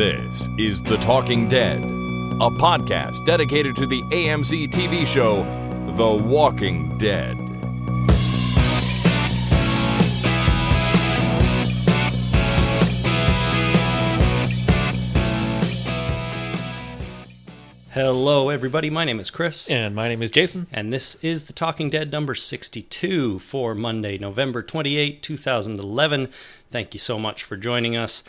is The Talking Dead, a podcast dedicated to the AMC TV show The Walking Dead. Hello, everybody. My name is Chris. And my name is Jason. And this is The Talking Dead number 62 for Monday, November 28, 2011. Thank you so much for joining us.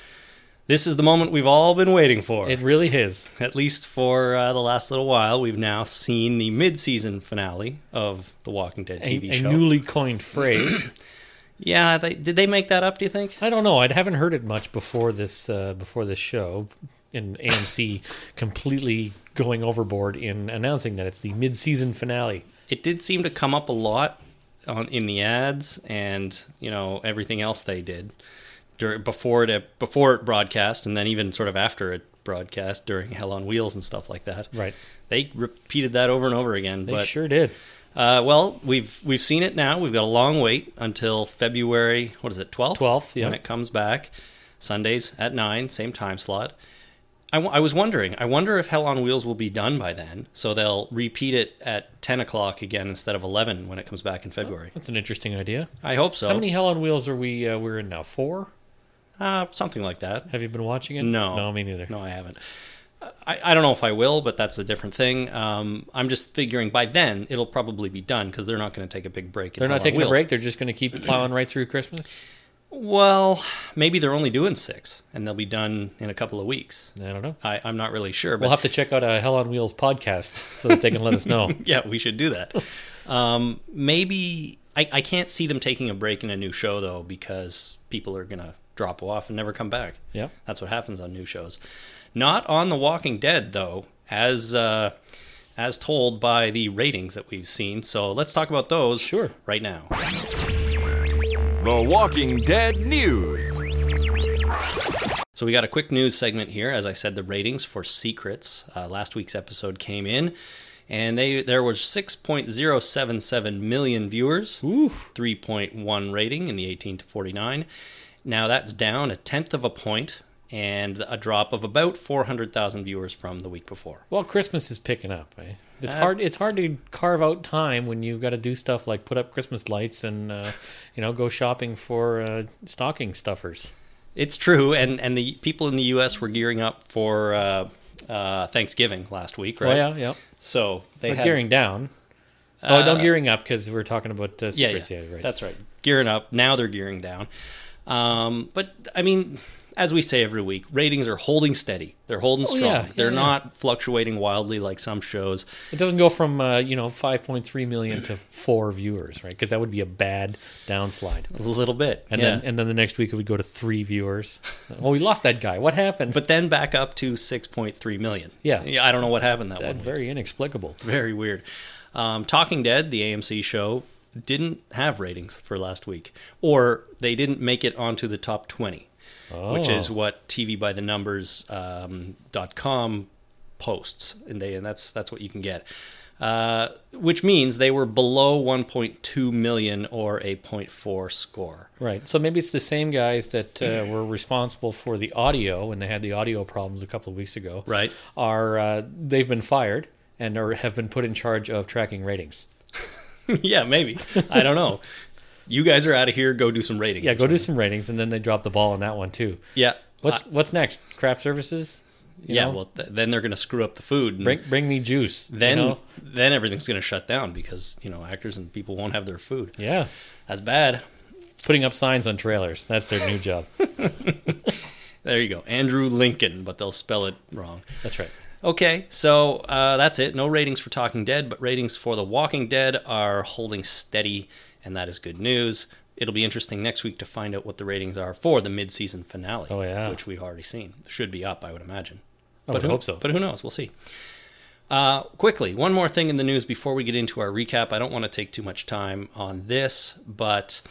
This is the moment we've all been waiting for. It really is. At least for uh, the last little while, we've now seen the mid season finale of The Walking Dead A, TV a show. newly coined phrase. yeah, they, did they make that up, do you think? I don't know. I haven't heard it much before this uh, before this show, and AMC completely going overboard in announcing that it's the mid-season finale. It did seem to come up a lot on, in the ads and, you know, everything else they did. during before it before it broadcast, and then even sort of after it broadcast during Hell on Wheels and stuff like that. Right. They repeated that over and over again. They but sure did. uh, well, we've we've seen it now. We've got a long wait until February. What is it? Twelfth. 12th, yeah. When it comes back, Sundays at nine, same time slot. I wa- I was wondering. I wonder if Hell on Wheels will be done by then, so they'll repeat it at ten o'clock again instead of eleven when it comes back in February. That's an interesting idea. I hope so. Oh. How many Hell on Wheels are we? Uh, we're in now four. Uh, something like that. Have you been watching it? No, no, me neither. No, I haven't. I, I don't know if I will, but that's a different thing. Um, I'm just figuring by then it'll probably be done because they're not going to take a big break. in They're Hell not on taking a Wheels. break. They're just going to keep plowing right through Christmas. Well, maybe they're only doing six, and they'll be done in a couple of weeks. I don't know. I, I'm not really sure, but We'll have to check out a Hell on Wheels podcast so that they can let us know. yeah, we should do that. um, maybe I, I can't see them taking a break in a new show though, because people are going to drop off and never come back. Yeah. That's what happens on new shows. Not on The Walking Dead, though, as uh, as told by the ratings that we've seen. So let's talk about those Sure. right now. The Walking Dead News. So we got a quick news segment here. As I said, the ratings for Secrets. Uh, last week's episode came in, and they there was 6.077 million viewers, 3.1 rating in the 18 to 49. Now that's down a tenth of a point and a drop of about 400,000 viewers from the week before. Well, Christmas is picking up. Eh? It's Uh, hard. It's hard to carve out time when you've got to do stuff like put up Christmas lights and uh, you know go shopping for uh, stocking stuffers. It's true, and and the people in the U.S. were gearing up for uh, uh, Thanksgiving last week, right? Oh yeah, yeah. So they But had Uh, gearing down. oh, no, gearing up because we're talking about uh, yeah, secrets. yeah, Yeah, right. That's right. Gearing up. Now they're gearing down. Um, but I mean, as we say every week, ratings are holding steady. They're holding strong. Oh, yeah, yeah, they're yeah. not fluctuating wildly like some shows. it doesn't go from uh, you know 5.3 million to four viewers, right? Because that would be a bad downslide. A little bit. And yeah. then and then the next week it would go to three viewers. oh, we lost that guy. What happened? but then back up to 6.3 million. Yeah. Yeah. I don't know what happened that, That one. very inexplicable. Very weird. Um, Talking Dead, the AMC show, didn't have ratings for last week, or they didn't make it onto the top 20, which Oh. is what TVByTheNumbers.com um, dot com posts, and they and that's that's what you can get. Uh, which means they were below 1.2 million or a 0.4 score. Right. So maybe it's the same guys that uh, were responsible for the audio when they had the audio problems a couple of weeks ago. Right. Are uh, they've been fired and are, have been put in charge of tracking ratings? yeah, maybe. I don't know. You guys are out of here. Go do some ratings. Yeah. or Go do something. some ratings, and then they drop the ball on that one too. Yeah. What's Uh, What's next? Craft services. You yeah. know? Well, th- then they're going to screw up the food. and- bring bring me juice. you then know? then everything's going to shut down because you know actors and people won't have their food. Yeah. That's bad. Putting up signs on trailers. That's their new job. There you go, Andrew Lincoln, but they'll spell it wrong. That's right. Okay, so uh, that's it. No ratings for Talking Dead, but ratings for The Walking Dead are holding steady, and that is good news. It'll be interesting next week to find out what the ratings are for the mid-season finale, Oh, yeah. which we've already seen. Should be up, I would imagine. I but would who, hope so. But who knows? We'll see. Uh, quickly, one more thing in the news before we get into our recap. I don't want to take too much time on this, but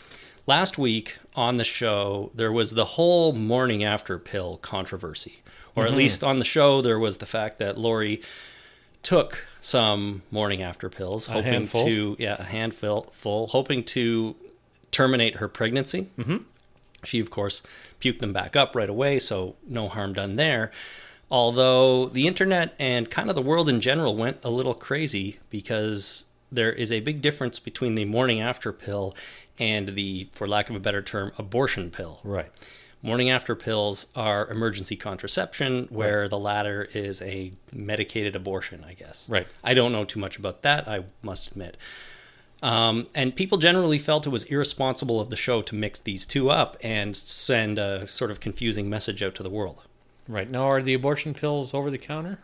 last week on the show, there was the whole morning after pill controversy. Or Mm-hmm. at least on the show, there was the fact that Lori took some morning after pills, hoping handful. to, yeah, a handful, full, hoping to terminate her pregnancy. She, of course, puked them back up right away, so no harm done there. Although the internet and kind of the world in general went a little crazy because there is a big difference between the morning after pill and the, for lack of a better term, abortion pill. Right. Morning after pills are emergency contraception, where the latter is a medicated abortion, I guess. Right. I don't know too much about that, I must admit. Um, and people generally felt it was irresponsible of the show to mix these two up and send a sort of confusing message out to the world. Right. Now, are the abortion pills over the counter?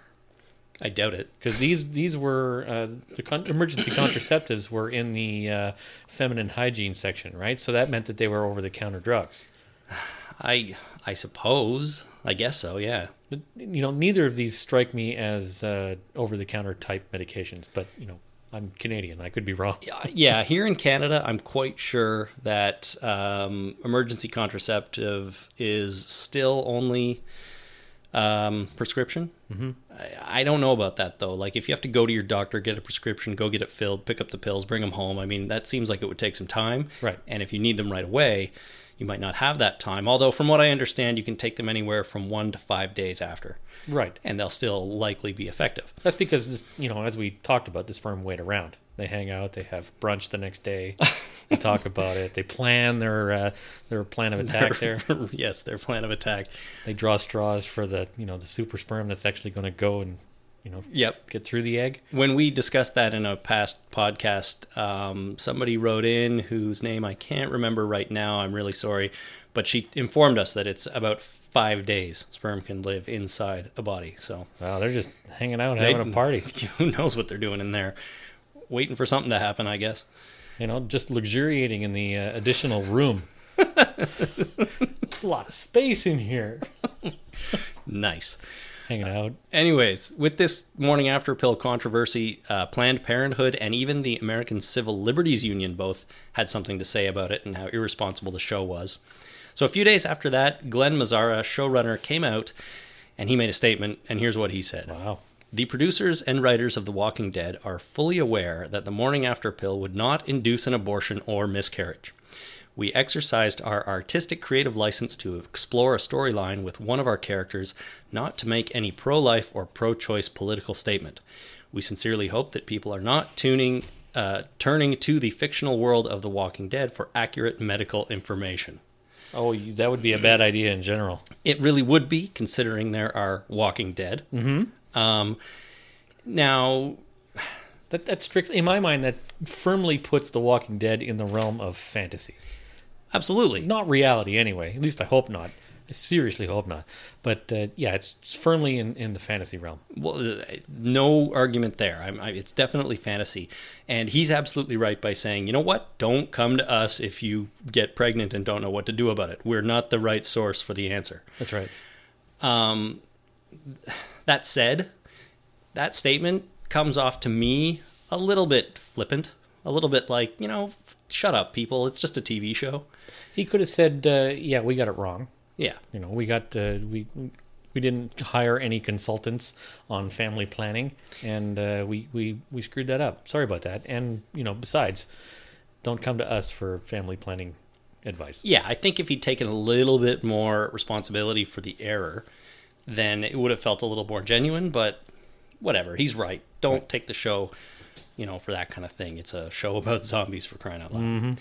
I doubt it. Because these these were uh, the con- emergency contraceptives were in the uh, feminine hygiene section, right? So that meant that they were over the counter drugs. I I suppose. I guess so. Yeah. But, you know, neither of these strike me as uh, over the counter type medications. But you know, I'm Canadian; I could be wrong. Uh, yeah, here in Canada, I'm quite sure that um, emergency contraceptive is still only um, prescription. Mm-hmm. I, I don't know about that though. Like, if you have to go to your doctor, get a prescription, go get it filled, pick up the pills, bring them home. I mean, that seems like it would take some time. Right. And if you need them right away, you might not have that time. Although, from what I understand, you can take them anywhere from one to five days after, Right. and they'll still likely be effective. That's because this- you know, as we talked about, the sperm wait around. They hang out. They have brunch the next day. they talk about it. They plan their uh, their plan of attack there. yes, their plan of attack. They draw straws for the you know the super sperm that's actually going to go and you know Yep. get through the egg. when we discussed that in a past podcast, um, somebody wrote in whose name I can't remember right now. I'm really sorry, but she informed us that it's about five days sperm can live inside a body. So Wow, they're just hanging out, They- having a party. who knows what they're doing in there? Waiting for something to happen, I guess. You know, just luxuriating in the uh, additional room. a lot of space in here. Nice. Hanging out. Anyways, with this morning after pill controversy, uh, Planned Parenthood and even the American Civil Liberties Union both had something to say about it and how irresponsible the show was. So a few days after that, Glenn Mazzara, showrunner, came out and he made a statement, and here's what he said. Wow. The producers and writers of The Walking Dead are fully aware that the morning after pill would not induce an abortion or miscarriage. We exercised our artistic creative license to explore a storyline with one of our characters, not to make any pro life or pro choice political statement. We sincerely hope that people are not tuning, uh, turning to the fictional world of The Walking Dead for accurate medical information. Oh, you, that would be a bad idea in general. It really would be, considering there are Walking Dead. Mm-hmm. Um, now, That that's strictly in my mind. That firmly puts The Walking Dead in the realm of fantasy, Absolutely. not reality. Anyway, at least I hope not. I seriously hope not. But uh, yeah, it's it's firmly in, in the fantasy realm. Well, uh, no argument there. I'm, I, it's definitely fantasy. And he's absolutely right by saying, you know what? Don't come to us if you get pregnant and don't know what to do about it. We're not the right source for the answer. That's right. That said, that statement comes off to me a little bit flippant, a little bit like, you know, shut up, people. It's just a TV show. He could have said, uh, "Yeah, we got it wrong." Yeah. you know we got uh, we we didn't hire any consultants on family planning and uh, we we we screwed that up sorry about that and you know besides don't come to us for family planning advice Yeah, I think if he'd taken a little bit more responsibility for the error, then it would have felt a little more genuine, but whatever. He's right. Don't take the show, you know, for that kind of thing. It's a show about zombies for crying out loud. Mm-hmm.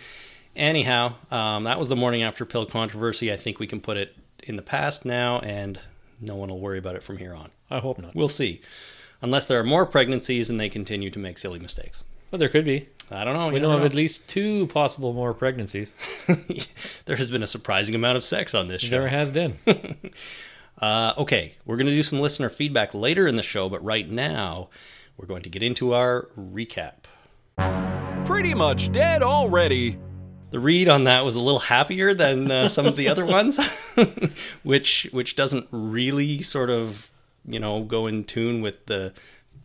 Anyhow, um, that was the morning after pill controversy. I think we can put it in the past now, and no one will worry about it from here on. i hope not We'll see. Unless there are more pregnancies and they continue to make silly mistakes. but there could be I don't know. we know of at least two possible more pregnancies there has been a surprising amount of sex on this show. there has been Uh, okay, we're going to do some listener feedback later in the show, but right now we're going to get into our recap. Pretty much dead already. The read on that was a little happier than uh, some of the other ones, which which doesn't really sort of you know go in tune with the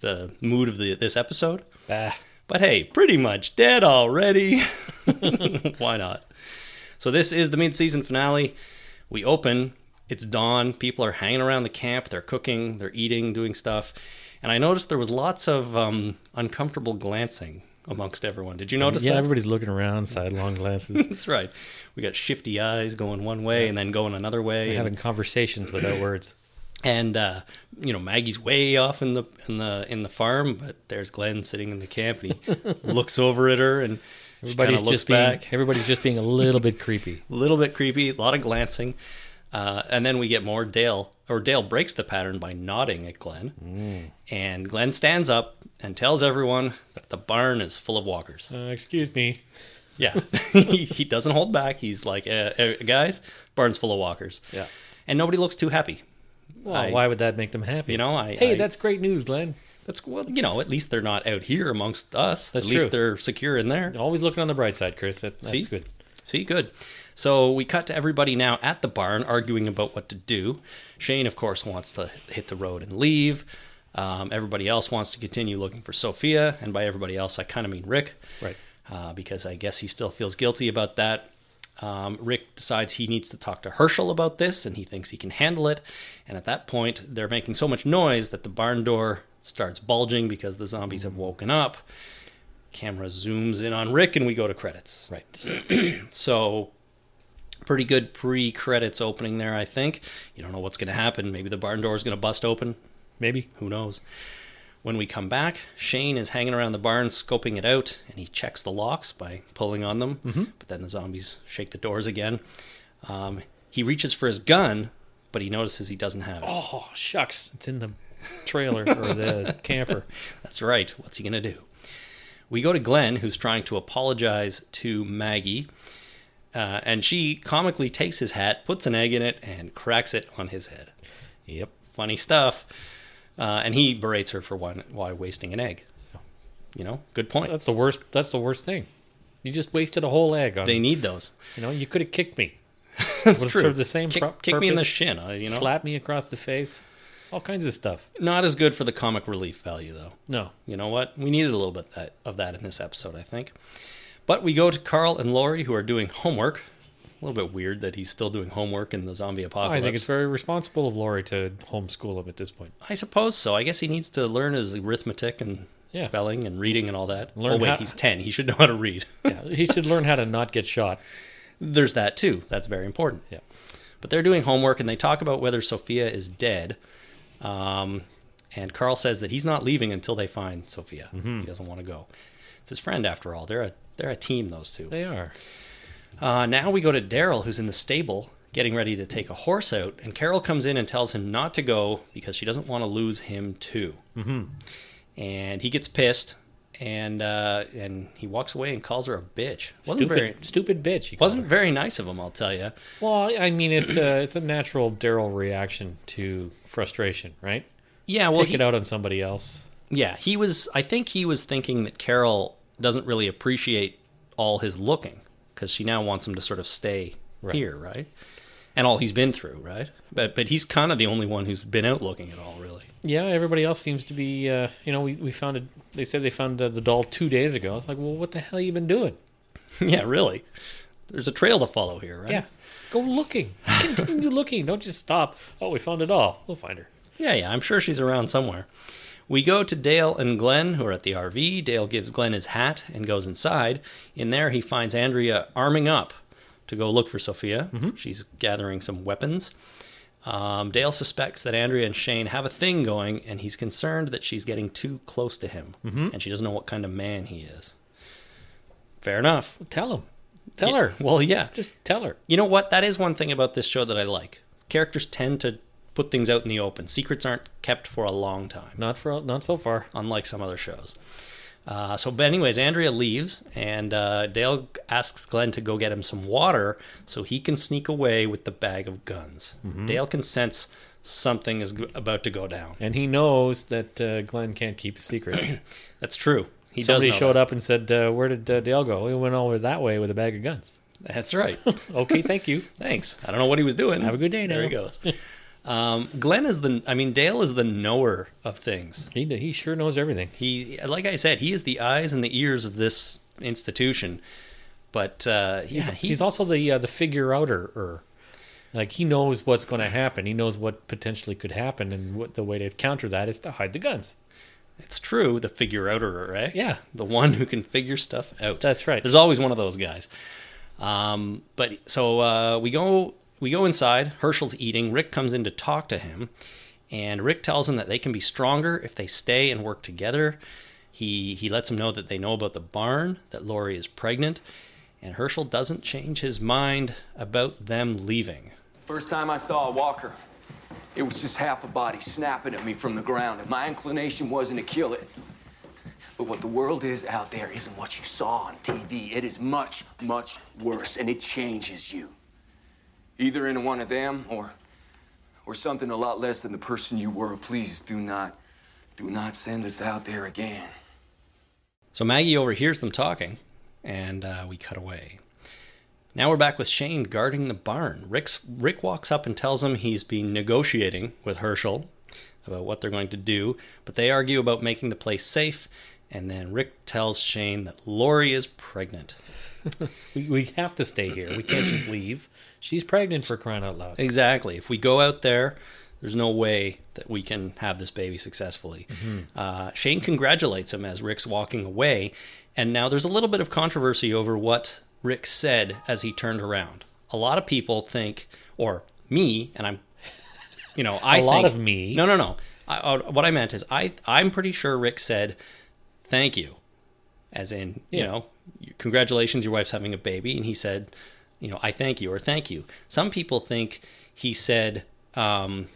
the mood of the this episode. Bah. But hey, pretty much dead already. Why not? So this is the mid-season finale. We open. It's dawn. People are hanging around the camp. They're cooking. They're eating. Doing stuff. And I noticed there was lots of um, uncomfortable glancing amongst everyone. Did you notice Mm, yeah that? everybody's looking around sidelong glances That's right. We got shifty eyes going one way and then going another way. and- having conversations without words and uh, you know Maggie's way off in the in the in the farm, but there's Glenn sitting in the camp, and he looks over at her, and she kinda Everybody's looks just back. being everybody's just being a little bit creepy. A little bit creepy, a lot of glancing. Uh, and then we get more Dale, or Dale breaks the pattern by nodding at Glenn. Mm. And Glenn stands up and tells everyone that the barn is full of walkers. Uh, excuse me. Yeah. he doesn't hold back. He's like, eh, eh, guys, barn's full of walkers. Yeah. And nobody looks too happy. Well, I- why would that make them happy? You know, I. Hey, I- that's great news, Glenn. That's, well, you know, at least they're not out here amongst us. That's at true. least they're secure in there. Always looking on the bright side, Chris. That, that's See? good. See, good. So we cut to everybody now at the barn arguing about what to do. Shane, of course, wants to hit the road and leave. Um, everybody else wants to continue looking for Sophia. And by everybody else, I kind of mean Rick. Right. Uh, because I guess he still feels guilty about that. Um, Rick decides he needs to talk to Herschel about this and he thinks he can handle it. And at that point, they're making so much noise that the barn door starts bulging because the zombies have woken up. Camera zooms in on Rick and we go to credits. Right. So pretty good pre-credits opening there, I think. You don't know what's going to happen. Maybe the barn door is going to bust open. Maybe. Who knows? When we come back, Shane is hanging around the barn scoping it out, and he checks the locks by pulling on them. But then the zombies shake the doors again. Um, he reaches for his gun, but he notices he doesn't have it. Oh shucks, it's in the trailer or the camper. That's right. What's he going to do? We go to Glenn, who's trying to apologize to Maggie. Uh, and she comically takes his hat, puts an egg in it, and cracks it on his head. Yep. Funny stuff. Uh, and he berates her for why, why wasting an egg. You know, good point. That's the worst. That's the worst thing. You just wasted a whole egg on. they need those. you know, you could have kicked me. That's Would've true. served the same kick, pro- kick me in the purpose. shin. uh, You know, Slap me across the face. All kinds of stuff. not as good for the comic relief value though. No. You know what? We needed a little bit that, of that in this episode, I think. But we go to Carl and Lori, who are doing homework. A little bit weird that he's still doing homework in the zombie apocalypse. I think it's very responsible of Lori to homeschool him at this point. I suppose so. I guess he needs to learn his arithmetic and Yeah. spelling and reading and all that. Learn oh, wait, how- he's 10. He should know how to read. Yeah, he should learn how to not get shot. There's that, too. That's very important. Yeah. But they're doing homework and they talk about whether Sophia is dead. Um, and Carl says that he's not leaving until they find Sophia. Mm-hmm. He doesn't want to go. It's his friend, after all. They're a, they're a team, those two. They are. Uh, now we go to Daryl, who's in the stable getting ready to take a horse out, and Carol comes in and tells him not to go because she doesn't want to lose him too. Mm-hmm. And he gets pissed, and uh, and he walks away and calls her a bitch. wasn't stupid, very stupid bitch. he called wasn't very nice of him, I'll tell you. her. Well, I mean, it's a it's a natural Daryl reaction to frustration, right? Yeah, well, Take he, it out on somebody else. yeah, he was. I think he was thinking that Carol doesn't really appreciate all his looking because she now wants him to sort of stay here, right? And all he's been through, right? But but he's kind of the only one who's been out looking at all, really. Yeah, everybody else seems to be. Uh, you know, we we found it. They said they found the, the doll two days ago. It's like, well, what the hell you been doing? Yeah, really. There's a trail to follow here, right? Yeah, go looking. Continue looking. Don't just stop. Oh, we found it all. We'll find her. Yeah, yeah, I'm sure she's around somewhere. We go to Dale and Glenn, who are at the RV. Dale gives Glenn his hat and goes inside. In there, he finds Andrea arming up to go look for Sophia. Mm-hmm. She's gathering some weapons. Um, Dale suspects that Andrea and Shane have a thing going, and he's concerned that she's getting too close to him, Mm-hmm. and she doesn't know what kind of man he is. Fair enough. Tell him. Tell her. Well, yeah. Just tell her. You know what? That is one thing about this show that I like. Characters tend to put things out in the open. Secrets aren't kept for a long time, Not for not so far. unlike some other shows. Uh, so, but anyways, Andrea leaves, and uh, Dale asks Glenn to go get him some water so he can sneak away with the bag of guns. Mm-hmm. Dale can sense something is g- about to go down. And he knows that uh, Glenn can't keep a secret. That's true. He Somebody does know showed that. up and said, uh, "Where did uh, Dale go? He went over that way with a bag of guns." That's right. Okay, thank you. Thanks. I don't know what he was doing. Have a good day There he now. goes. Um, Glenn is the. I mean, Dale is the knower of things. he he sure knows everything. he like i said he is the eyes and the ears of this institution but uh he's, he- He's also the uh, the figure outer. Like he knows what's going to happen. He knows what potentially could happen, and what the way to counter that is to hide the guns. it's true the figure outer right Yeah. the one who can figure stuff out That's right. there's always one of those guys um but so uh we go we go inside herschel's eating rick comes in to talk to him And Rick tells them that they can be stronger if they stay and work together. He he lets them know that they know about the barn, that Lori is pregnant, and Herschel doesn't change his mind about them leaving. First time I saw a walker, it was just half a body snapping at me from the ground, and my inclination wasn't to kill it. But what the world is out there isn't what you saw on TV. It is much, much worse, and it changes you. Either into one of them or or something a lot less than the person you were. Please do not do not send us out there again. So Maggie overhears them talking, and uh, we cut away. Now we're back with Shane guarding the barn. Rick's, Rick walks up and tells him he's been negotiating with Herschel about what they're going to do, but they argue about making the place safe, and then Rick tells Shane that Lori is pregnant. We, we have to stay here. We can't just leave. She's pregnant for crying out loud. Exactly. If we go out there, there's no way that we can have this baby successfully. Mm-hmm. Uh, Shane congratulates him as Rick's walking away. And now there's a little bit of controversy over what Rick said as he turned around. A lot of people think, or me, and I'm, you know, I A lot think- of me. No, no, no. I, I, what I meant is, I I'm pretty sure Rick said, "Thank you," as in, you Yeah. know, you- congratulations, your wife's having a baby, and he said, you know, I thank you or thank you. Some people think he said um,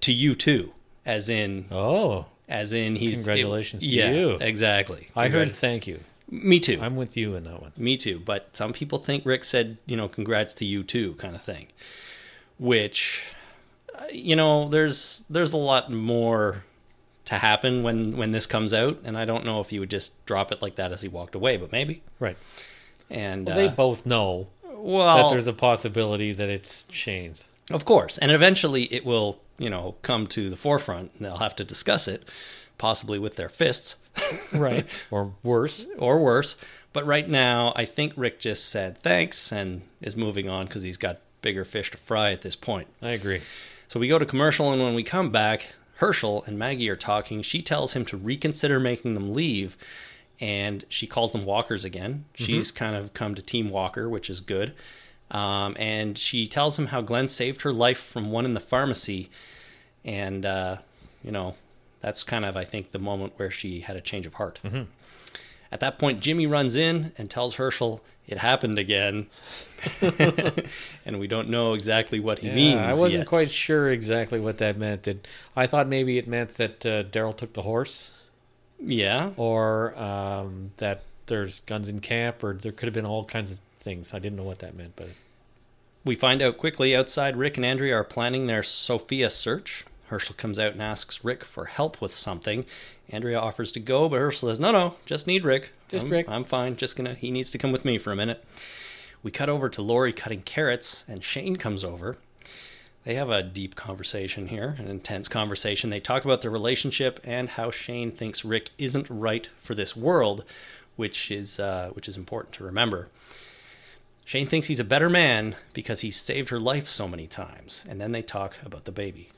to you too, as in, Oh, as in he's Congratulations to yeah, you. exactly. I heard Congrat- thank you. me too. I'm with you in that one. Me too. But some people think Rick said, you know, congrats to you too, kind of thing. Which, uh, you know, there's there's a lot more to happen when when this comes out, and I don't know if he would just drop it like that as he walked away, but maybe. Right. And They uh, both know that well, there's a possibility that it's Shane's. of course, and eventually it will, you know, come to the forefront, and they'll have to discuss it, possibly with their fists. Right. or worse. or worse. But right now, I think Rick just said thanks and is moving on because he's got bigger fish to fry at this point. I agree. So we go to commercial, and when we come back, Herschel and Maggie are talking. She tells him to reconsider making them leave, and she calls them walkers again. Mm-hmm. She's kind of come to Team Walker, which is good. Um, and she tells him how Glenn saved her life from one in the pharmacy, and uh, you know that's kind of I think the moment where she had a change of heart. Mm-hmm. At that point, Jimmy runs in and tells Herschel it happened again, and we don't know exactly what he means. Yeah, I wasn't yet. quite sure exactly what that meant. Did I thought maybe it meant that uh, Daryl took the horse, Yeah. or um, that there's guns in camp, or there could have been all kinds of things. I didn't know what that meant, but We find out quickly outside Rick and Andrea are planning their Sophia search. Herschel comes out and asks Rick for help with something. Andrea offers to go, but Herschel says, No, no, just need Rick. Just I'm, Rick." I'm fine. Just gonna, he needs to come with me for a minute. We cut over to Lori cutting carrots, and Shane comes over. They have a deep conversation here, an intense conversation. They talk about their relationship and how Shane thinks Rick isn't right for this world, which is uh, which is important to remember. Shane thinks he's a better man because he's saved her life so many times. And then they talk about the baby.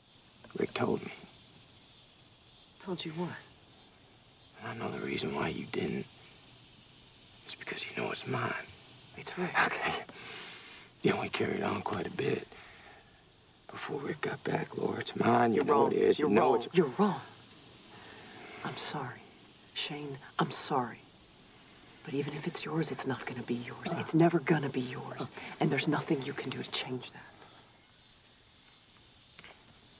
Rick told me, Told you what? and I know the reason why you didn't. It's because you know it's mine. It's Rick. Okay. Yeah, we carried on quite a bit. Before Rick got back, Laura, it's mine. You know it is. You're you know wrong. it's. You're wrong. I'm sorry. Shane, I'm sorry. But even if it's yours, it's not going to be yours. It's never going to be yours. And there's nothing you can do to change that.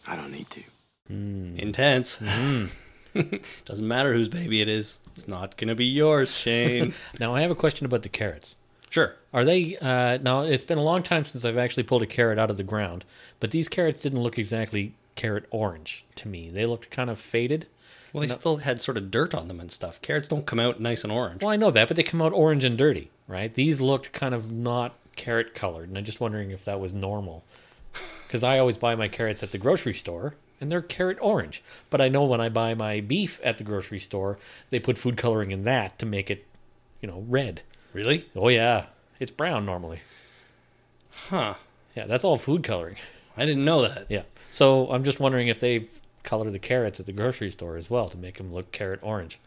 I don't need to. Intense. Doesn't matter whose baby it is, it's not going to be yours, Shane. now I have a question about the carrots. sure. Are they uh, now? It's been a long time since I've actually pulled a carrot out of the ground, but these carrots didn't look exactly carrot orange to me. They looked kind of faded. Well, they still had sort of dirt on them and stuff. Carrots don't come out nice and orange. Well, I know that, but they come out orange and dirty, right? These looked kind of not carrot colored, and I'm just wondering if that was normal. Because I always buy my carrots at the grocery store, and they're carrot orange. But I know when I buy my beef at the grocery store, they put food coloring in that to make it, you know, red. Really? Oh yeah, it's brown normally. Huh. Yeah, that's all food coloring. I didn't know that. Yeah. So I'm just wondering if they color the carrots at the grocery store as well to make them look carrot orange.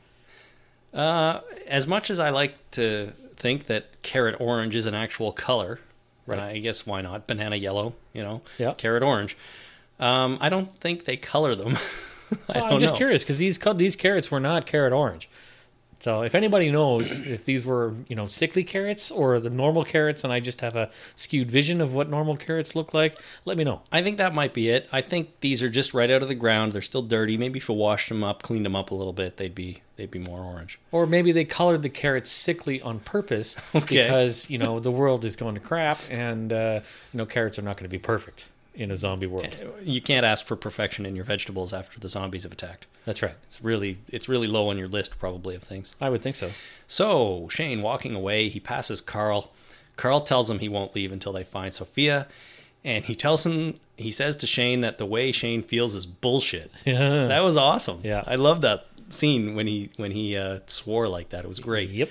As much as I like to think that carrot orange is an actual color, right? I guess why not? Banana yellow, you know? Yeah. Carrot orange. Um, I don't think they color them. I Well, don't I'm just know. curious because these co- these carrots were not carrot orange. So if anybody knows if these were you know sickly carrots or the normal carrots, and I just have a skewed vision of what normal carrots look like, let me know. I think that might be it. I think these are just right out of the ground. They're still dirty. Maybe if you washed them up, cleaned them up a little bit, they'd be they'd be more orange. Or maybe they colored the carrots sickly on purpose because you know the world is going to crap, and uh, you know carrots are not going to be perfect in a zombie world. You can't ask for perfection in your vegetables after the zombies have attacked. That's right. It's really it's really low on your list probably of things. I would think so. So Shane walking away, he passes Carl. Carl tells him he won't leave until they find Sophia, and he tells him he says to Shane that the way Shane feels is bullshit. Yeah. That was awesome. Yeah. I love that scene when he when he uh, swore like that. It was great. Yep.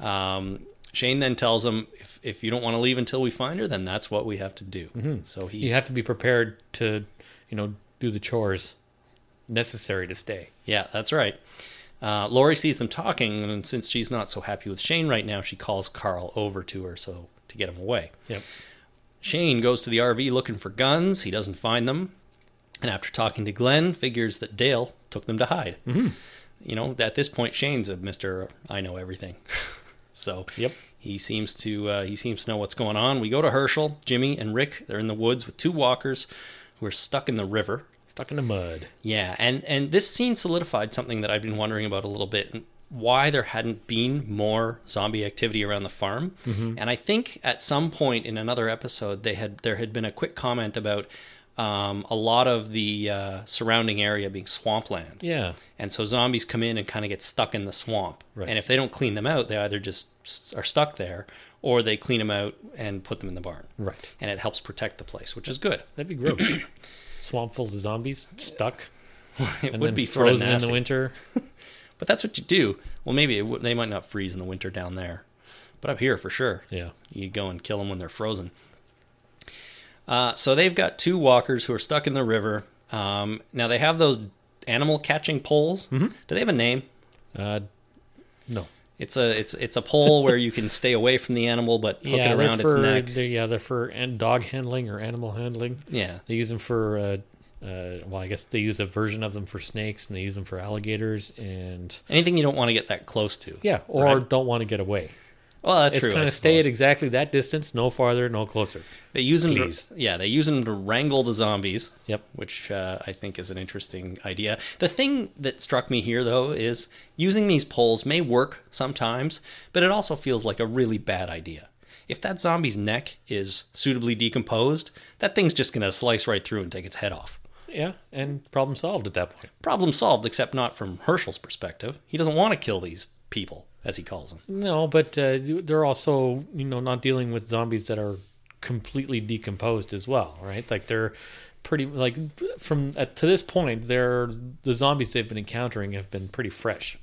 Um, Shane then tells him if if you don't want to leave until we find her, then that's what we have to do. So he You have to be prepared to you know do the chores necessary to stay. Yeah, that's right. Uh, Lori sees them talking, and since she's not so happy with Shane right now, she calls Carl over to her so to get him away. Yep. Shane goes to the RV looking for guns. He doesn't find them, and after talking to Glenn, figures that Dale took them to hide. You know, at this point, Shane's a Mister I know everything, so Yep. he seems to uh, he seems to know what's going on. We go to Herschel, Jimmy, and Rick. They're in the woods with two walkers who are stuck in the river. Stuck in the mud. Yeah, and and this scene solidified something that I've been wondering about a little bit, and why there hadn't been more zombie activity around the farm. Mm-hmm. And I think at some point in another episode, they had there had been a quick comment about um, a lot of the uh, surrounding area being swampland. Yeah. And so zombies come in and kind of get stuck in the swamp. Right. And if they don't clean them out, they either just s- are stuck there or they clean them out and put them in the barn. Right. And it helps protect the place, which is good. That'd be gross. Swamp full of zombies stuck It and would then be sort of frozen in nasty. the winter. But that's what you do. Well, maybe it would, they might not freeze in the winter down there, but up here for sure. Yeah. You go and kill them when they're frozen. Uh, so they've got two walkers who are stuck in the river. Um, now they have those animal catching poles. Do they have a name? Mm-hmm. Uh, no. It's a it's it's a pole where you can stay away from the animal but hook yeah, it they're around its for, neck. They're, yeah, they're for and dog handling or animal handling. Yeah. They use them for. Uh, uh, well, I guess they use a version of them for snakes, and they use them for alligators, and Anything you don't want to get that close to. yeah, or Right. don't want to get away. Well, that's It's true. kind I of stay at suppose. exactly that distance, no farther, no closer. They use them. To, Please. yeah, they use them to wrangle the zombies. Yep. Which uh, I think is an interesting idea. The thing that struck me here, though, is using these poles may work sometimes, but it also feels like a really bad idea. If that zombie's neck is suitably decomposed, that thing's just going to slice right through and take its head off. Yeah, and problem solved at that point. Problem solved, except not from Herschel's perspective. He doesn't want to kill these people, as he calls them. No, but uh, they're also you know not dealing with zombies that are completely decomposed as well, right? Like they're pretty like from at, to this point, they're the zombies they've been encountering have been pretty fresh.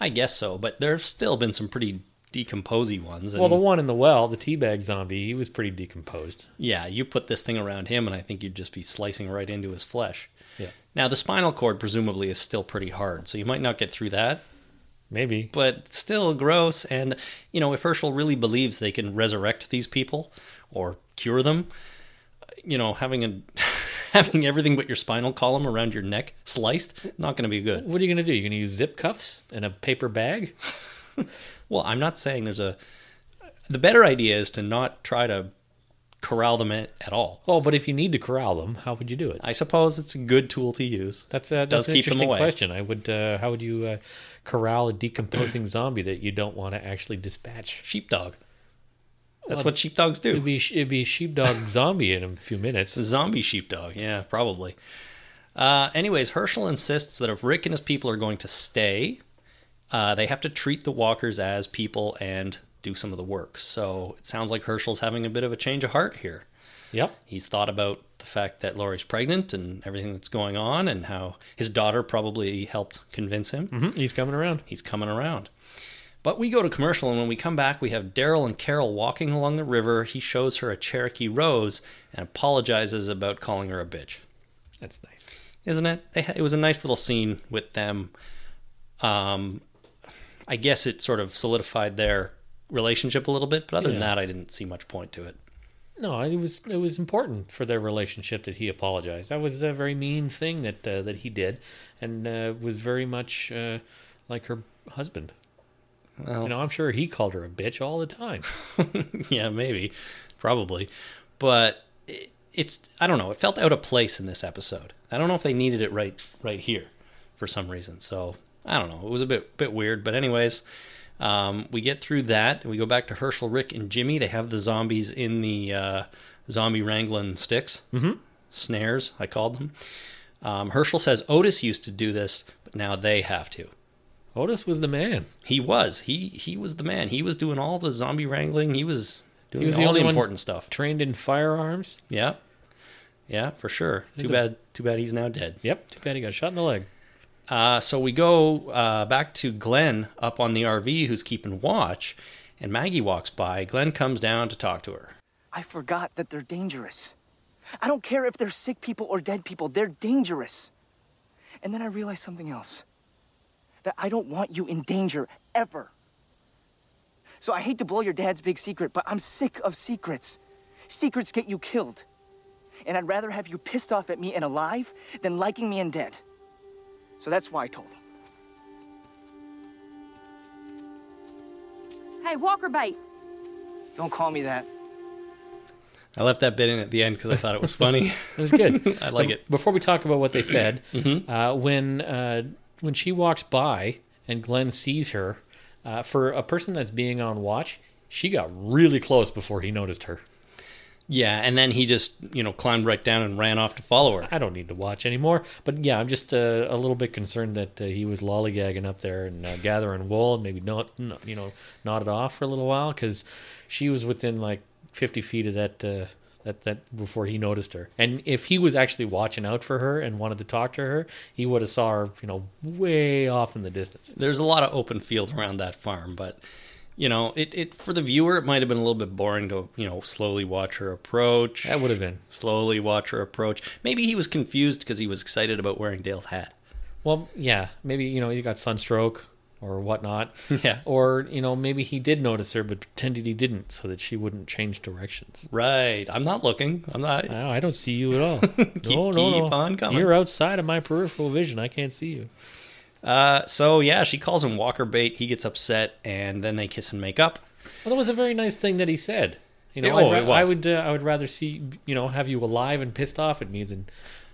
I guess so, but there have still been some pretty decomposy ones. And Well, the one in the well, the teabag zombie, he was pretty decomposed. Yeah, you put this thing around him, and I think you'd just be slicing right into his flesh. Yeah, Now, the spinal cord presumably is still pretty hard, so you might not get through that, maybe. but still gross. And, you know, if Herschel really believes they can resurrect these people or cure them, you know, having a. Having everything but your spinal column around your neck sliced, not going to be good. What are you gonna do? You gonna use zip cuffs and a paper bag? Well, I'm not saying there's a. The better idea is to not try to corral them at, at all. Oh, but if you need to corral them, how would you do it? I suppose it's a good tool to use. That's a Does that's an keep them interesting away. question. I would. Uh, how would you uh, corral a decomposing zombie that you don't want to actually dispatch? sheepdog. That's Well, what sheepdogs do. It'd be it'd be sheepdog zombie in a few minutes. It's a zombie sheepdog. Yeah, probably. Uh, anyways, Herschel insists that if Rick and his people are going to stay, uh, they have to treat the walkers as people and do some of the work. So it sounds like Herschel's having a bit of a change of heart here. Yep. He's thought about the fact that Laurie's pregnant and everything that's going on, and how his daughter probably helped convince him. Hmm, He's coming around. He's coming around. But we go to commercial, and when we come back, we have Daryl and Carol walking along the river. He shows her a Cherokee rose and apologizes about calling her a bitch. That's nice. Isn't it? They, ha- it was a nice little scene with them. Um, I guess it sort of solidified their relationship a little bit, but other than Yeah. that, I didn't see much point to it. No, it was it was important for their relationship that he apologized. That was a very mean thing that uh, that he did, and uh, was very much uh, like her husband. you know, I'm sure he called her a bitch all the time. yeah, maybe, probably, but it, it's I don't know. It felt out of place in this episode. I don't know if they needed it right right here for some reason. So I don't know. It was a bit bit weird, but anyways, um, we get through that. We go back to Herschel, Rick, and Jimmy. They have the zombies in the uh, zombie wrangling sticks, mm-hmm. snares. I called them. Um, Herschel says Otis used to do this, but now they have to. Otis was the man. He was. He he was the man. He was doing all the zombie wrangling. He was doing He was the all the, only one- important stuff. Trained in firearms. Yeah. Yeah, for sure. Too a- bad too bad he's now dead. Yep. Too bad he got shot in the leg. Uh, so we go uh, back to Glenn up on the RV who's keeping watch and Maggie walks by. Glenn comes down to talk to her. I forgot that they're dangerous. I don't care if they're sick people or dead people, they're dangerous. And then I realized something else that I don't want you in danger ever. So I hate to blow your dad's big secret, but I'm sick of secrets. Secrets get you killed. And I'd rather have you pissed off at me and alive than liking me and dead. So that's why I told him. Hey, Walker Bait. Don't call me that. I left that bit in at the end because I thought it was funny. It was good. I like Um, it. Mm-hmm. Before we talk about what they said, uh, when uh, when she walks by and Glenn sees her, uh, for a person that's being on watch, she got really close before he noticed her. yeah, and then he just, you know, climbed right down and ran off to follow her. I don't need to watch anymore, but yeah, I'm just uh, a little bit concerned that uh, he was lollygagging up there and uh, gathering wool and maybe not, no- you know, nodded off for a little while because she was within like 50 feet of that. Uh, that, that before he noticed her and if he was actually watching out for her and wanted to talk to her he would have saw her you know way off in the distance There's a lot of open field around that farm, but you know, it, it for the viewer it might have been a little bit boring to, you know, slowly watch her approach. that would have been slowly watch her approach. Maybe he was confused because he was excited about wearing Dale's hat. Well, yeah, maybe you know he got sunstroke or whatnot. Yeah. Or you know maybe he did notice her, but pretended he didn't, so that she wouldn't change directions. Right. I'm not looking. I'm not. No, I don't see you at all. no, no, keep no. on coming. You're outside of my peripheral vision. I can't see you. Uh, so yeah, she calls him Walker Bait. He gets upset, and then they kiss and make up. Well, that was a very nice thing that he said. You know, Yeah, I'd oh, ra- it was. I would, uh, I would rather see you know have you alive and pissed off at me than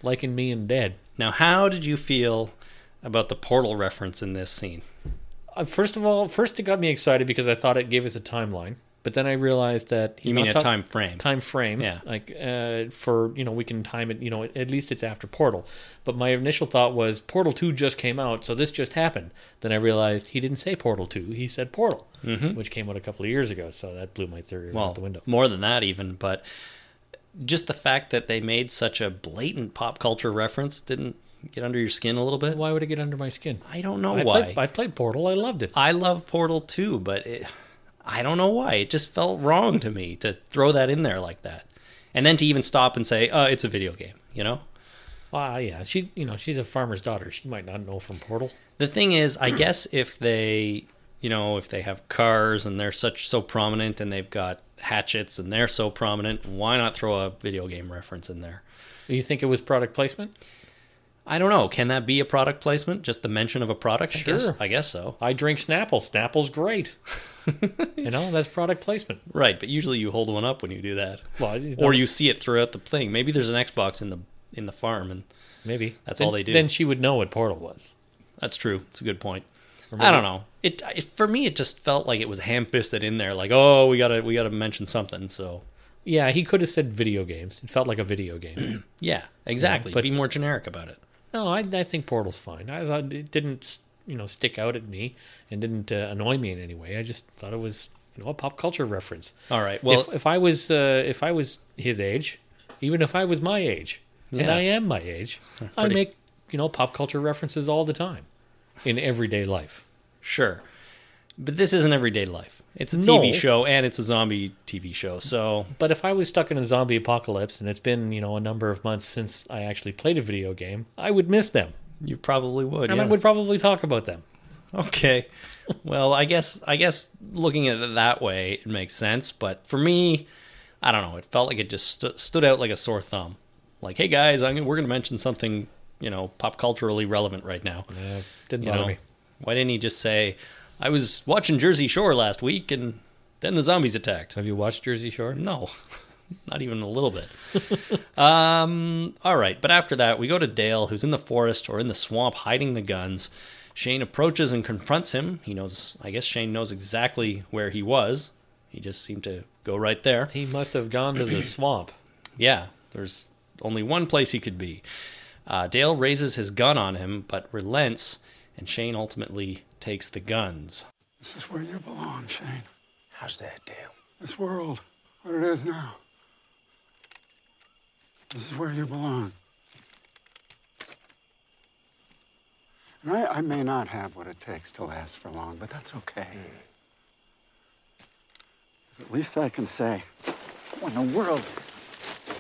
liking me and dead. Now, how did you feel about the portal reference in this scene? Uh, first of all, first it got me excited because I thought it gave us a timeline, but then I realized that he's You mean not a talk- time frame? time frame Yeah. like uh, for you know we can time it you know at least it's after portal but my initial thought was portal 2 just came out so this just happened then i realized he didn't say portal 2 he said portal which came out a couple of years ago so that blew my theory Mm-hmm. well, out the window more than that, even. But just the fact that they made such a blatant pop culture reference didn't get under your skin a little bit. why would it get under my skin I don't know I why. played, I played portal i loved it I love Portal 2, but it, I don't know why. It just felt wrong to me to throw that in there like that. And then to even stop and say, uh, it's a video game, you know? ah yeah she you know she's a farmer's daughter she might not know from portal The thing is, I guess if they, you know, if they have cars and they're such so prominent and they've got hatchets and they're so prominent, why not throw a video game reference in there? you think it was product placement I don't know. Can that be a product placement? Just the mention of a product? I guess- Sure. I guess so. i drink snapple snapple's great you know that's product placement Right, but usually you hold one up when you do that. Well, you or don't- you see it throughout the thing. Maybe there's an Xbox in the in the farm and maybe That's Then- all they do. then she would know what portal was That's true. It's a good point. I don't know. It, it for me, it just felt like it was ham-fisted in there. Like, oh, we gotta we gotta mention something. So Yeah, he could have said video games. It felt like a video game. yeah, exactly. but- Be more generic about it. no, I, I think Portal's fine. I thought it didn't, you know, stick out at me and didn't uh, annoy me in any way. I just thought it was, you know, a pop culture reference. All right. Well, if, if I was, uh, if I was his age, even if I was my age, and Yeah. I am my age, I Pretty- make, you know, pop culture references all the time in everyday life. sure. But this isn't everyday life. It's a No. TV show and it's a zombie TV show. So But if I was stuck in a zombie apocalypse and it's been, you know, a number of months since I actually played a video game, I would miss them, you probably would. and yeah. I would probably talk about them. Okay. Well, I guess I guess looking at it that way, it makes sense. But for me, I don't know. It felt like it just stu- stood out like a sore thumb. Like, hey guys, I'm, we're going to mention something you know pop culturally relevant right now. Didn't You bother know? me. Why didn't he just say, I was watching Jersey Shore last week and then the zombies attacked? Have you watched Jersey Shore? No, not even a little bit. um, all right, but after that, we go to Dale, who's in the forest or in the swamp hiding the guns. Shane approaches and confronts him. He knows, I guess Shane knows exactly where he was. He just seemed to go right there. He must have gone to the swamp. Yeah, there's only one place he could be. Uh, Dale raises his gun on him, but relents, and Shane ultimately takes the guns. This is where you belong, Shane. How's that, Dale? This world, what it is now. This is where you belong. And I, I may not have what it takes to last for long, but that's okay. 'Cause At least I can say, when the world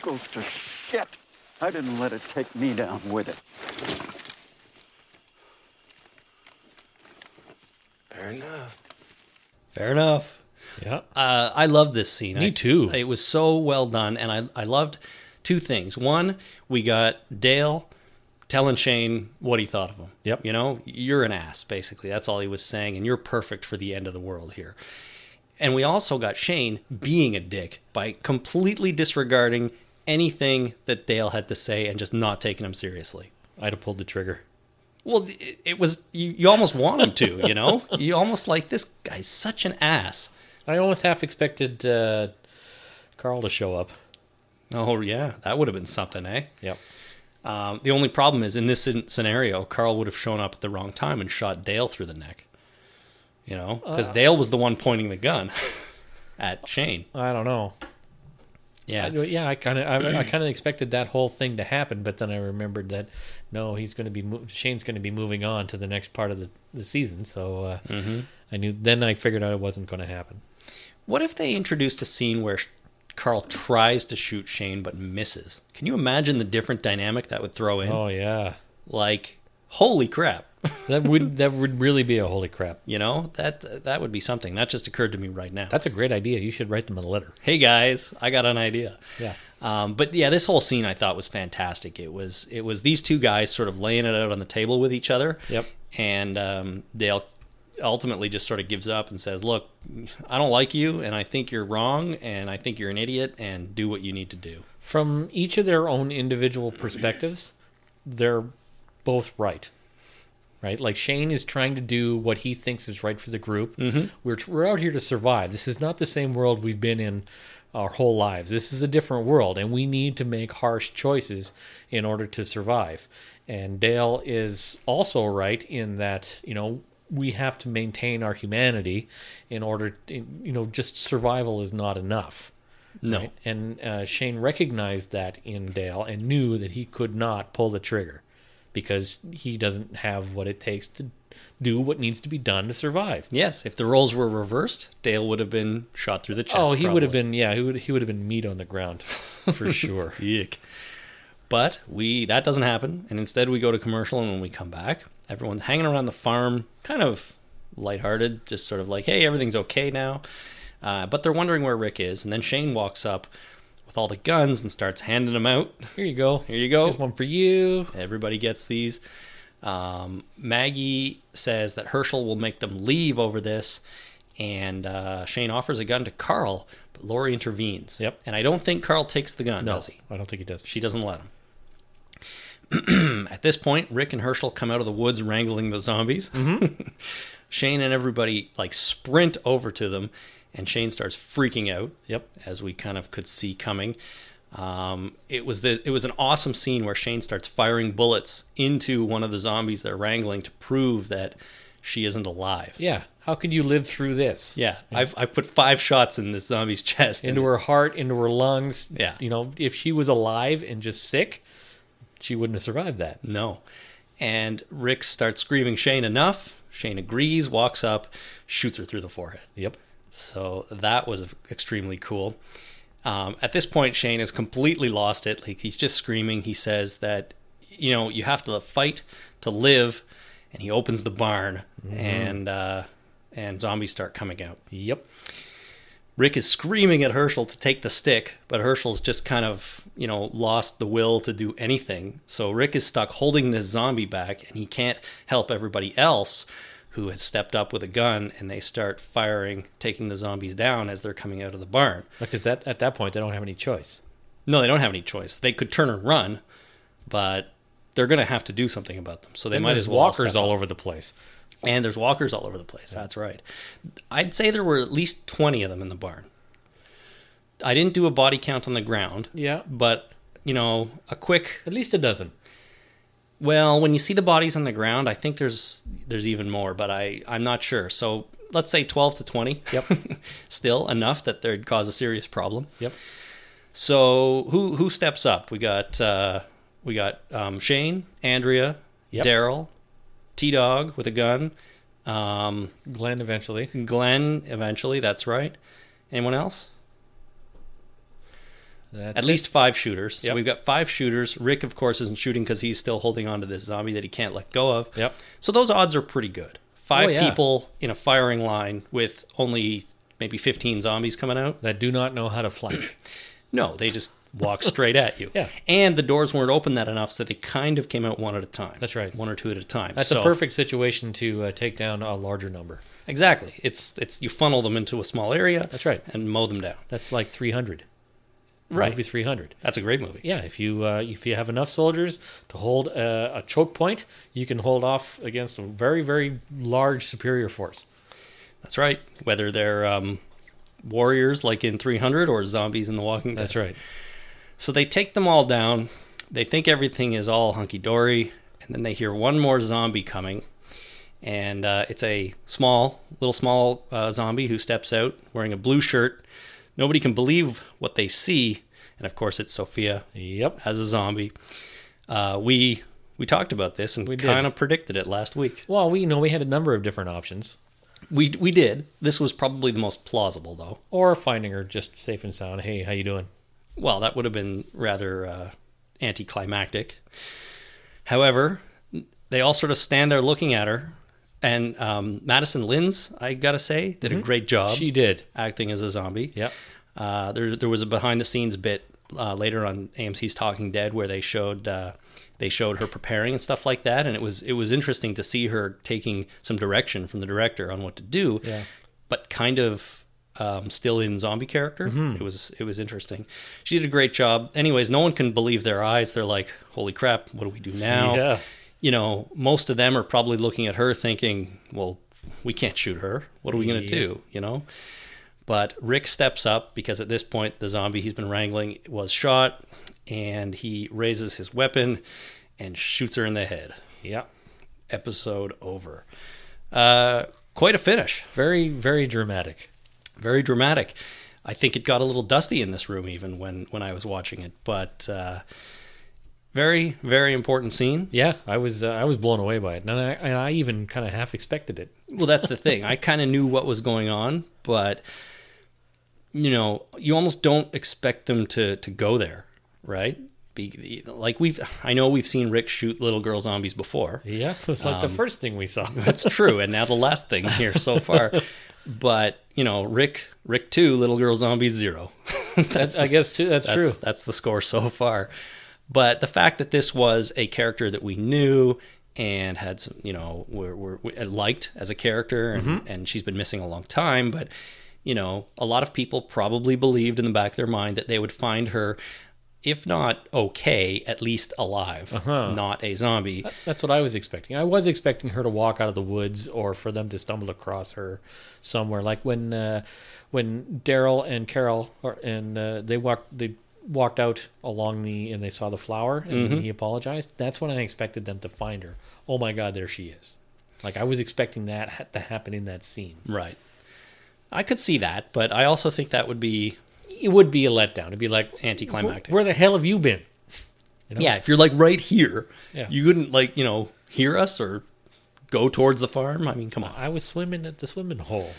goes to shit, I didn't let it take me down with it. Fair enough. Fair enough. Yeah. Uh, I love this scene. Me I- too. It was so well done, and I I loved two things. One, we got Dale telling Shane what he thought of him. Yep. You know, you're an ass, basically. That's all he was saying, and you're perfect for the end of the world here. And we also got Shane being a dick by completely disregarding anything that Dale had to say and just not taking him seriously. I'd have pulled the trigger. Well, it, it was you, you almost want him to, you know? you almost like this guy's such an ass. I almost half expected uh, Carl to show up. Oh yeah, that would have been something, eh? Yep. Um, the only problem is in this in- scenario, Carl would have shown up at the wrong time and shot Dale through the neck. You know, Uh. because Dale was the one pointing the gun at Shane. I don't know. Yeah, I, yeah, I kind of, I, I kind of expected that whole thing to happen, but then I remembered that no, he's going to be mo- Shane's going to be moving on to the next part of the, the season. So uh, I knew then I figured out it wasn't going to happen. What if they introduced a scene where Sh- Carl tries to shoot Shane but misses? Can you imagine the different dynamic that would throw in? Oh yeah, Like, holy crap! that would that would really be a holy crap. You know that that would be something that just occurred to me right now. That's a great idea. You should write them a letter. hey guys, I got an idea. Yeah. Um, but yeah, this whole scene I thought was fantastic. It was it was these two guys sort of laying it out on the table with each other. Yep. And um, Dale ultimately just sort of gives up and says, "Look, I don't like you, and I think you're wrong, and I think you're an idiot, and do what you need to do." From each of their own individual perspectives, they're both right. Right? Like Shane is trying to do what he thinks is right for the group. Mm-hmm. We're, we're out here to survive. This is not the same world we've been in our whole lives. This is a different world, and we need to make harsh choices in order to survive. And Dale is also right in that, you know, we have to maintain our humanity in order, you know, just survival is not enough. No. And uh, Shane recognized that in Dale and knew that he could not pull the trigger because he doesn't have what it takes to do what needs to be done to survive. Yes, if the roles were reversed, Dale would have been shot through the chest. oh, he would have probably. been yeah, he would he would have been meat on the ground for sure. Yuck. But we that doesn't happen, and instead we go to commercial. And when we come back, everyone's hanging around the farm, kind of lighthearted, just sort of like, "Hey, everything's okay now." Uh, but they're wondering where Rick is, and then Shane walks up with all the guns and starts handing them out. Here you go. Here you go. Here's one for you. Everybody gets these. Um, Maggie says that Herschel will make them leave over this, and uh, Shane offers a gun to Carl, but Lori intervenes. Yep. And I don't think Carl takes the gun, No, does he? Oh, I don't think he does. She doesn't let him. At this point, Rick and Herschel come out of the woods wrangling the zombies. Mm-hmm. Shane and everybody like sprint over to them, and Shane starts freaking out. Yep. as we kind of could see coming. Um, it was the it was an awesome scene where Shane starts firing bullets into one of the zombies they're wrangling to prove that she isn't alive. Yeah. How could you live through this? Yeah, I've I put five shots in this zombie's chest and Into her it's- heart, into her lungs. Yeah. You know, if she was alive and just sick, she wouldn't have survived that. No. And Rick starts screaming Shane enough. Shane agrees, walks up, shoots her through the forehead. Yep. So that was extremely cool. Um, at this point, Shane has completely lost it. Like he's just screaming. He says that you know you have to fight to live, and he opens the barn, and uh, and zombies start coming out. Yep. Rick is screaming at Herschel to take the stick, but Herschel's just kind of, you know, lost the will to do anything. So Rick is stuck holding this zombie back and he can't help everybody else who has stepped up with a gun and they start firing, taking the zombies down as they're coming out of the barn. Because that, at that point, they don't have any choice. No, they don't have any choice. They could turn and run, but they're going to have to do something about them. So they And might there's as well walkers step all up. over the place. and there's walkers all over the place. That's right. I'd say there were at least 20 of them in the barn. I didn't do a body count on the ground. Yeah. But, you know, a quick At least a dozen. well, when you see the bodies on the ground, I think there's there's even more, but I I'm not sure. So, let's say 12 to 20. Yep. Still enough that they'd cause a serious problem. Yep. So who who steps up? We got uh, we got um, Shane, Andrea, Yep. Daryl, T Dog with a gun, um, Glenn eventually. Glenn. Eventually, that's right. Anyone else? That's At it. least five shooters. So Yep. we've got five shooters. Rick, of course, isn't shooting because he's still holding on to this zombie that he can't let go of. Yep. So those odds are pretty good. Five Oh, yeah. people in a firing line with only maybe 15 zombies coming out. That do not know how to flank. No, they just walk straight at you. Yeah. And the doors weren't open that enough, so they kind of came out one at a time. That's right. One or two at a time. That's So- a perfect situation to uh, take down a larger number. Exactly. It's it's you funnel them into a small area. That's right. And mow them down. That's like 300. Right. Movie 300. That's a great movie. Yeah, if you uh, if you have enough soldiers to hold a, a choke point, you can hold off against a very very large superior force. That's right. Whether they're um, warriors like in 300 or zombies in The Walking Dead. That's right. So they take them all down. They think everything is all hunky dory, and then they hear one more zombie coming, and uh, it's a small, little small uh, zombie who steps out wearing a blue shirt. Nobody can believe what they see, and of course it's Sophia Yep. as a zombie. Uh, we we talked about this and We did. kind of predicted it last week. Well, we you know we had a number of different options, We we did. This was probably the most plausible though. or finding her just safe and sound. Hey, how you doing? Well, that would have been rather uh, anticlimactic. However, they all sort of stand there looking at her, and um, Madison Linz, I gotta say, did a great job. She did. acting as a zombie. Yep. Uh, there, there was a behind the scenes bit uh, later on AMC's Talking Dead where they showed uh, they showed her preparing and stuff like that, and it was it was interesting to see her taking some direction from the director on what to do, Yeah. but kind of um, still in zombie character. Mm-hmm. It was it was interesting. She did a great job. Anyways, no one can believe their eyes. They're like, "Holy crap! What do we do now?" Yeah. You know, most of them are probably looking at her thinking, "Well, we can't shoot her. What are we going to do?" You know. But Rick steps up because at this point the zombie he's been wrangling was shot, and he raises his weapon and shoots her in the head. Yeah. Episode over. Uh, quite a finish. Very very dramatic. Very dramatic. I think it got a little dusty in this room even when when I was watching it, but uh, very very important scene. Yeah, I was uh, I was blown away by it, and I and I even kind of half expected it. Well, that's the thing. I kind of knew what was going on, but you know, you almost don't expect them to to go there, right? Be, like we've, I know we've seen Rick shoot little girl zombies before. Yeah, it was like the first thing we saw. That's true, and now the last thing here so far. But you know, Rick, Rick two, little girl zombies zero. That's, I guess too. That's, That's, true. That's the score so far. But the fact that this was a character that we knew and had some, you know, were, were, were liked as a character, and, and she's been missing a long time. But you know, a lot of people probably believed in the back of their mind that they would find her, if not okay, at least alive, not a zombie. That's what I was expecting. I was expecting her to walk out of the woods, or for them to stumble across her somewhere, like when uh, when Daryl and Carol or, and uh, they walked they walked out along the and they saw the flower and he apologized. That's when I expected them to find her. Oh my God, there she is! Like I was expecting that ha- to happen in that scene. Right. I could see that, but I also think that would be It would be a letdown. It'd be like Anticlimactic. Where the hell have you been? Yeah, if you're like right here, Yeah. you couldn't like, you know, hear us or go towards the farm. I mean, come on. I was swimming at the swimming hole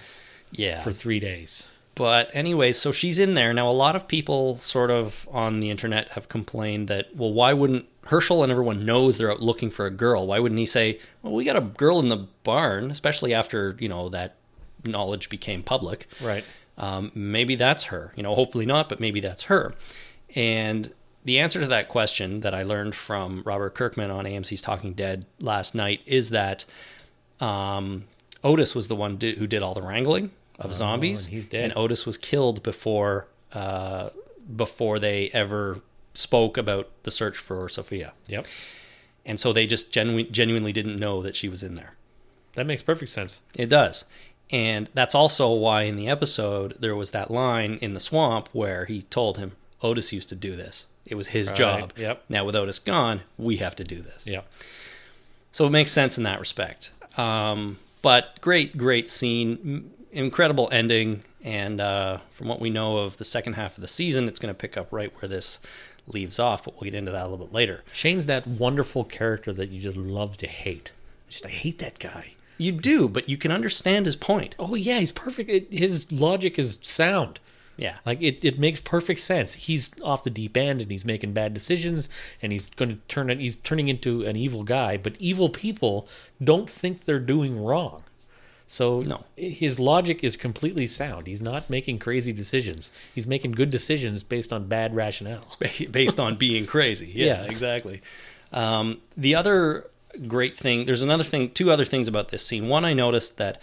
Yeah. for three days. But anyway, so she's in there. Now, a lot of people sort of on the internet have complained that, well, why wouldn't Herschel and everyone knows they're out looking for a girl? Why wouldn't he say, well, we got a girl in the barn, especially after, you know, that knowledge became public? Right. um, maybe that's her. You know, hopefully not, but maybe that's her. And the answer to that question that I learned from Robert Kirkman on AMC's Talking Dead last night is that um, Otis was the one di- who did all the wrangling of zombies, Oh, and he's dead. and Otis was killed before uh, before they ever spoke about the search for Sophia. Yep. And so they just genu- genuinely didn't know that she was in there. That makes perfect sense. It does. And that's also why in the episode there was that line in the swamp where he told him Otis used to do this. It was his job. yep. Now with Otis gone, we have to do this. Yeah. So it makes sense in that respect. Um, but great, great scene, m- incredible ending, and uh, from what we know of the second half of the season, it's going to pick up right where this leaves off. But we'll get into that a little bit later. Shane's that wonderful character that you just love to hate. Just I hate that guy. You do, but you can understand his point. Oh yeah, he's perfect. It, his logic is sound. Yeah. Like it, it makes perfect sense. He's off the deep end and he's making bad decisions and he's going to turn it. He's turning into an evil guy. But evil people don't think they're doing wrong. So No. his logic is completely sound. He's not making crazy decisions. He's making good decisions based on bad rationale. based on being crazy. Yeah, Yeah. exactly. Um, the other great thing, there's another thing, two other things about this scene. One, I noticed that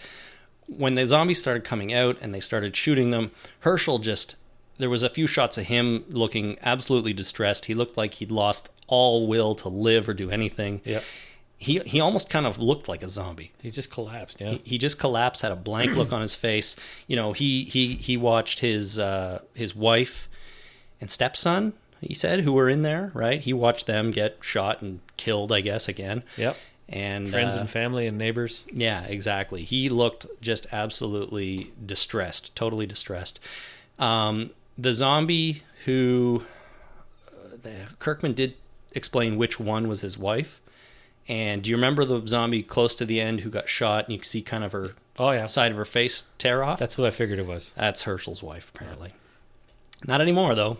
when the zombies started coming out and they started shooting them, Herschel just there was a few shots of him looking absolutely distressed. He looked like he'd lost all will to live or do anything. Yep. He he almost kind of looked like a zombie He just collapsed. Yeah. he just collapsed had a blank look on his face you know he he he watched his uh his wife and stepson he said who were in there right he watched them get shot and killed i guess again Yep. and Friends uh, and family and neighbors. yeah exactly he looked just absolutely distressed totally distressed um the zombie who uh, the, kirkman did explain which one was his wife and do you remember the zombie close to the end who got shot and you can see kind of her Oh yeah. side of her face tear off. That's, That's who I figured it was. Herschel's wife, apparently. Not anymore, though.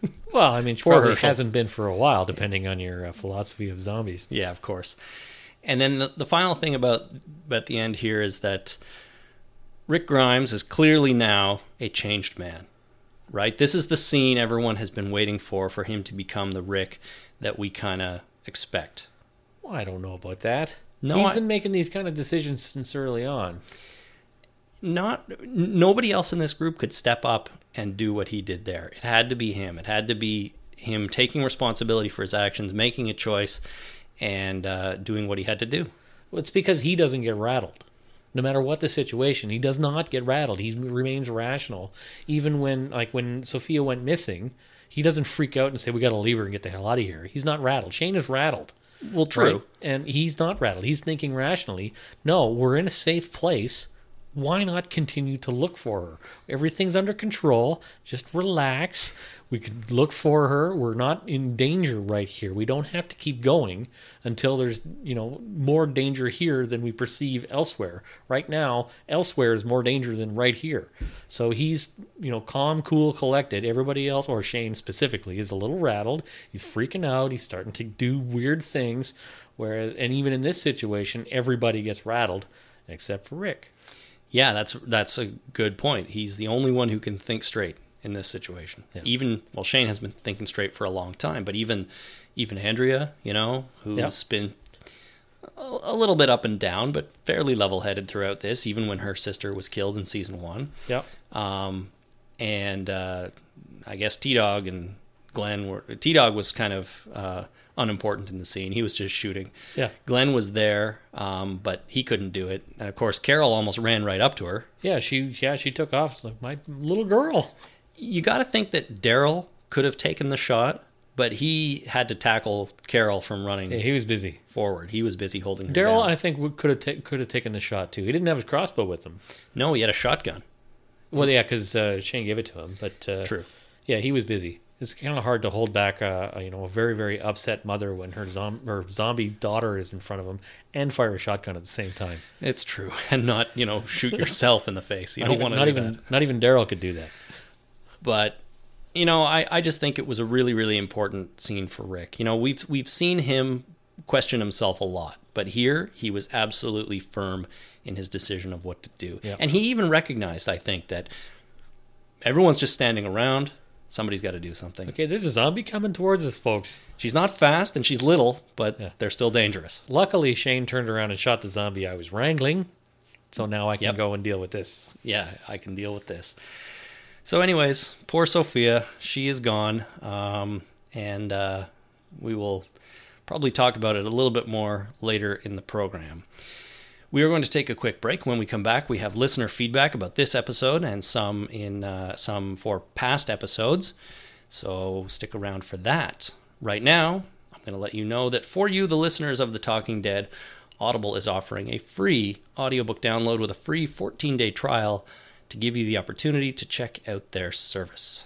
Well, I mean, she Poor probably Herschel. hasn't been for a while, depending on your uh, philosophy of zombies. yeah, of course. And then the, the final thing about about the end here is that Rick Grimes is clearly now a changed man, right? This is the scene everyone has been waiting for for him to become the Rick that we kind of expect. Well, I don't know about that. No, No, I- I... been making these kind of decisions since early on. not n- nobody else in this group could step up and do what he did there. It had to be him. It had to be him taking responsibility for his actions, making a choice, and uh, doing what he had to do. Well, it's because he doesn't get rattled. No matter what the situation, he does not get rattled. He remains rational, even when, like, when Sophia went missing, he doesn't freak out and say, "We got to leave her and get the hell out of here." He's not rattled. Shane is rattled. Well, right? And he's not rattled. He's thinking rationally. No, we're in a safe place. Why not continue to look for her? Everything's under control. Just relax. We could look for her. We're not in danger right here. We don't have to keep going until there's, you know, more danger here than we perceive elsewhere. Right now, elsewhere is more danger than right here. So he's, you know, calm, cool, collected. Everybody else, or Shane specifically, is a little rattled. He's freaking out. He's starting to do weird things. Whereas, and even in this situation, everybody gets rattled except for Rick. Yeah, that's that's a good point. He's the only one who can think straight in this situation. Even well, Shane has been thinking straight for a long time, but even even Andrea, you know, who's Yeah. been a, a little bit up and down, but fairly level-headed throughout this. Even when her sister was killed in season one, Yep. um, and uh, I guess T Dog and Glenn were T Dog was kind of uh, unimportant in the scene. He was just shooting. Yeah. Glenn was there, um, but he couldn't do it. And of course, Carol almost ran right up to her. Yeah, she yeah she took off. It's like my little girl. You got to think that Daryl could have taken the shot, but he had to tackle Carol from running Yeah, he was busy. forward. He was busy holding her Daryl, down. I think, would- could have ta- could have taken the shot too. He didn't have his crossbow with him. no, he had a shotgun. Well, yeah, because uh, Shane gave it to him. But uh, True. Yeah, he was busy. It's kind of hard to hold back, uh, you know, a very very upset mother when her zom- her zombie daughter is in front of him and fire a shotgun at the same time. It's true, and not you know shoot yourself in the face. You Not don't even- want to not do even that. not even Daryl could do that. but you know I, I just think it was a really really important scene for rick you know we've we've seen him question himself a lot but here he was absolutely firm in his decision of what to do and he even recognized i think that Everyone's just standing around. Somebody's got to do something. Okay, there's a zombie coming towards us, folks. She's not fast and she's little, but Yeah. they're still dangerous. Luckily, Shane turned around and shot the zombie I was wrangling. So now I can Yep. go and deal with this. Yeah, I can deal with this. So, anyways, poor Sophia. She is gone. Um, and uh, we will probably talk about it a little bit more later in the program. We are going to take a quick break. When we come back, we have listener feedback about this episode and some in uh, some for past episodes. So stick around for that. Right now, I'm going to let you know that for you, the listeners of The Talking Dead, Audible is offering a free audiobook download with a free 14 day trial to give you the opportunity to check out their service.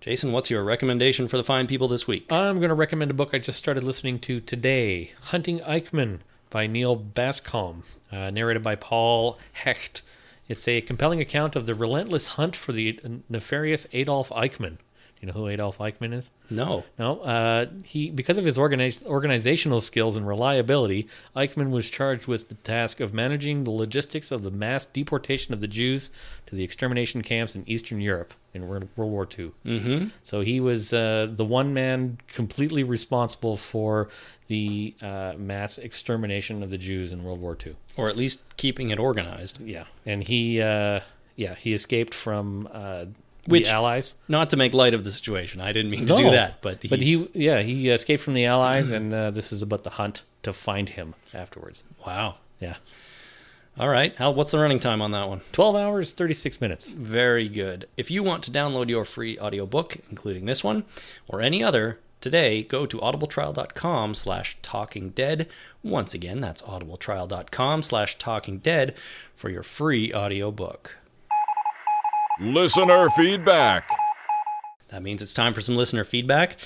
Jason, what's your recommendation for the fine people this week? I'm going to recommend a book I just started listening to today Hunting Eichmann by Neil Bascom, uh, narrated by Paul Hecht. It's a compelling account of the relentless hunt for the nefarious Adolf Eichmann. Do you know who Adolf Eichmann is? No. No, uh, he because of his organiz- organizational skills and reliability, Eichmann was charged with the task of managing the logistics of the mass deportation of the Jews to the extermination camps in Eastern Europe in Wor- World War II. Mm-hmm. So he was uh, the one man completely responsible for the uh, mass extermination of the Jews in World War II. Or at least keeping it organized. Yeah, and he uh, yeah he escaped from uh, Which- the Allies. Not to make light of the situation. I didn't mean to do No. that, but, but he he's- yeah he escaped from the allies and uh, this is about the hunt to find him afterwards Wow. yeah All right. Hal, what's the running time on that one? 12 hours 36 minutes Very good. If you want to download your free audiobook, including this one or any other, today go to audibletrial.com slash talking dead. Once again, that's audibletrial.com slash talking dead for your free audiobook. Listener feedback. That means it's time for some listener feedback.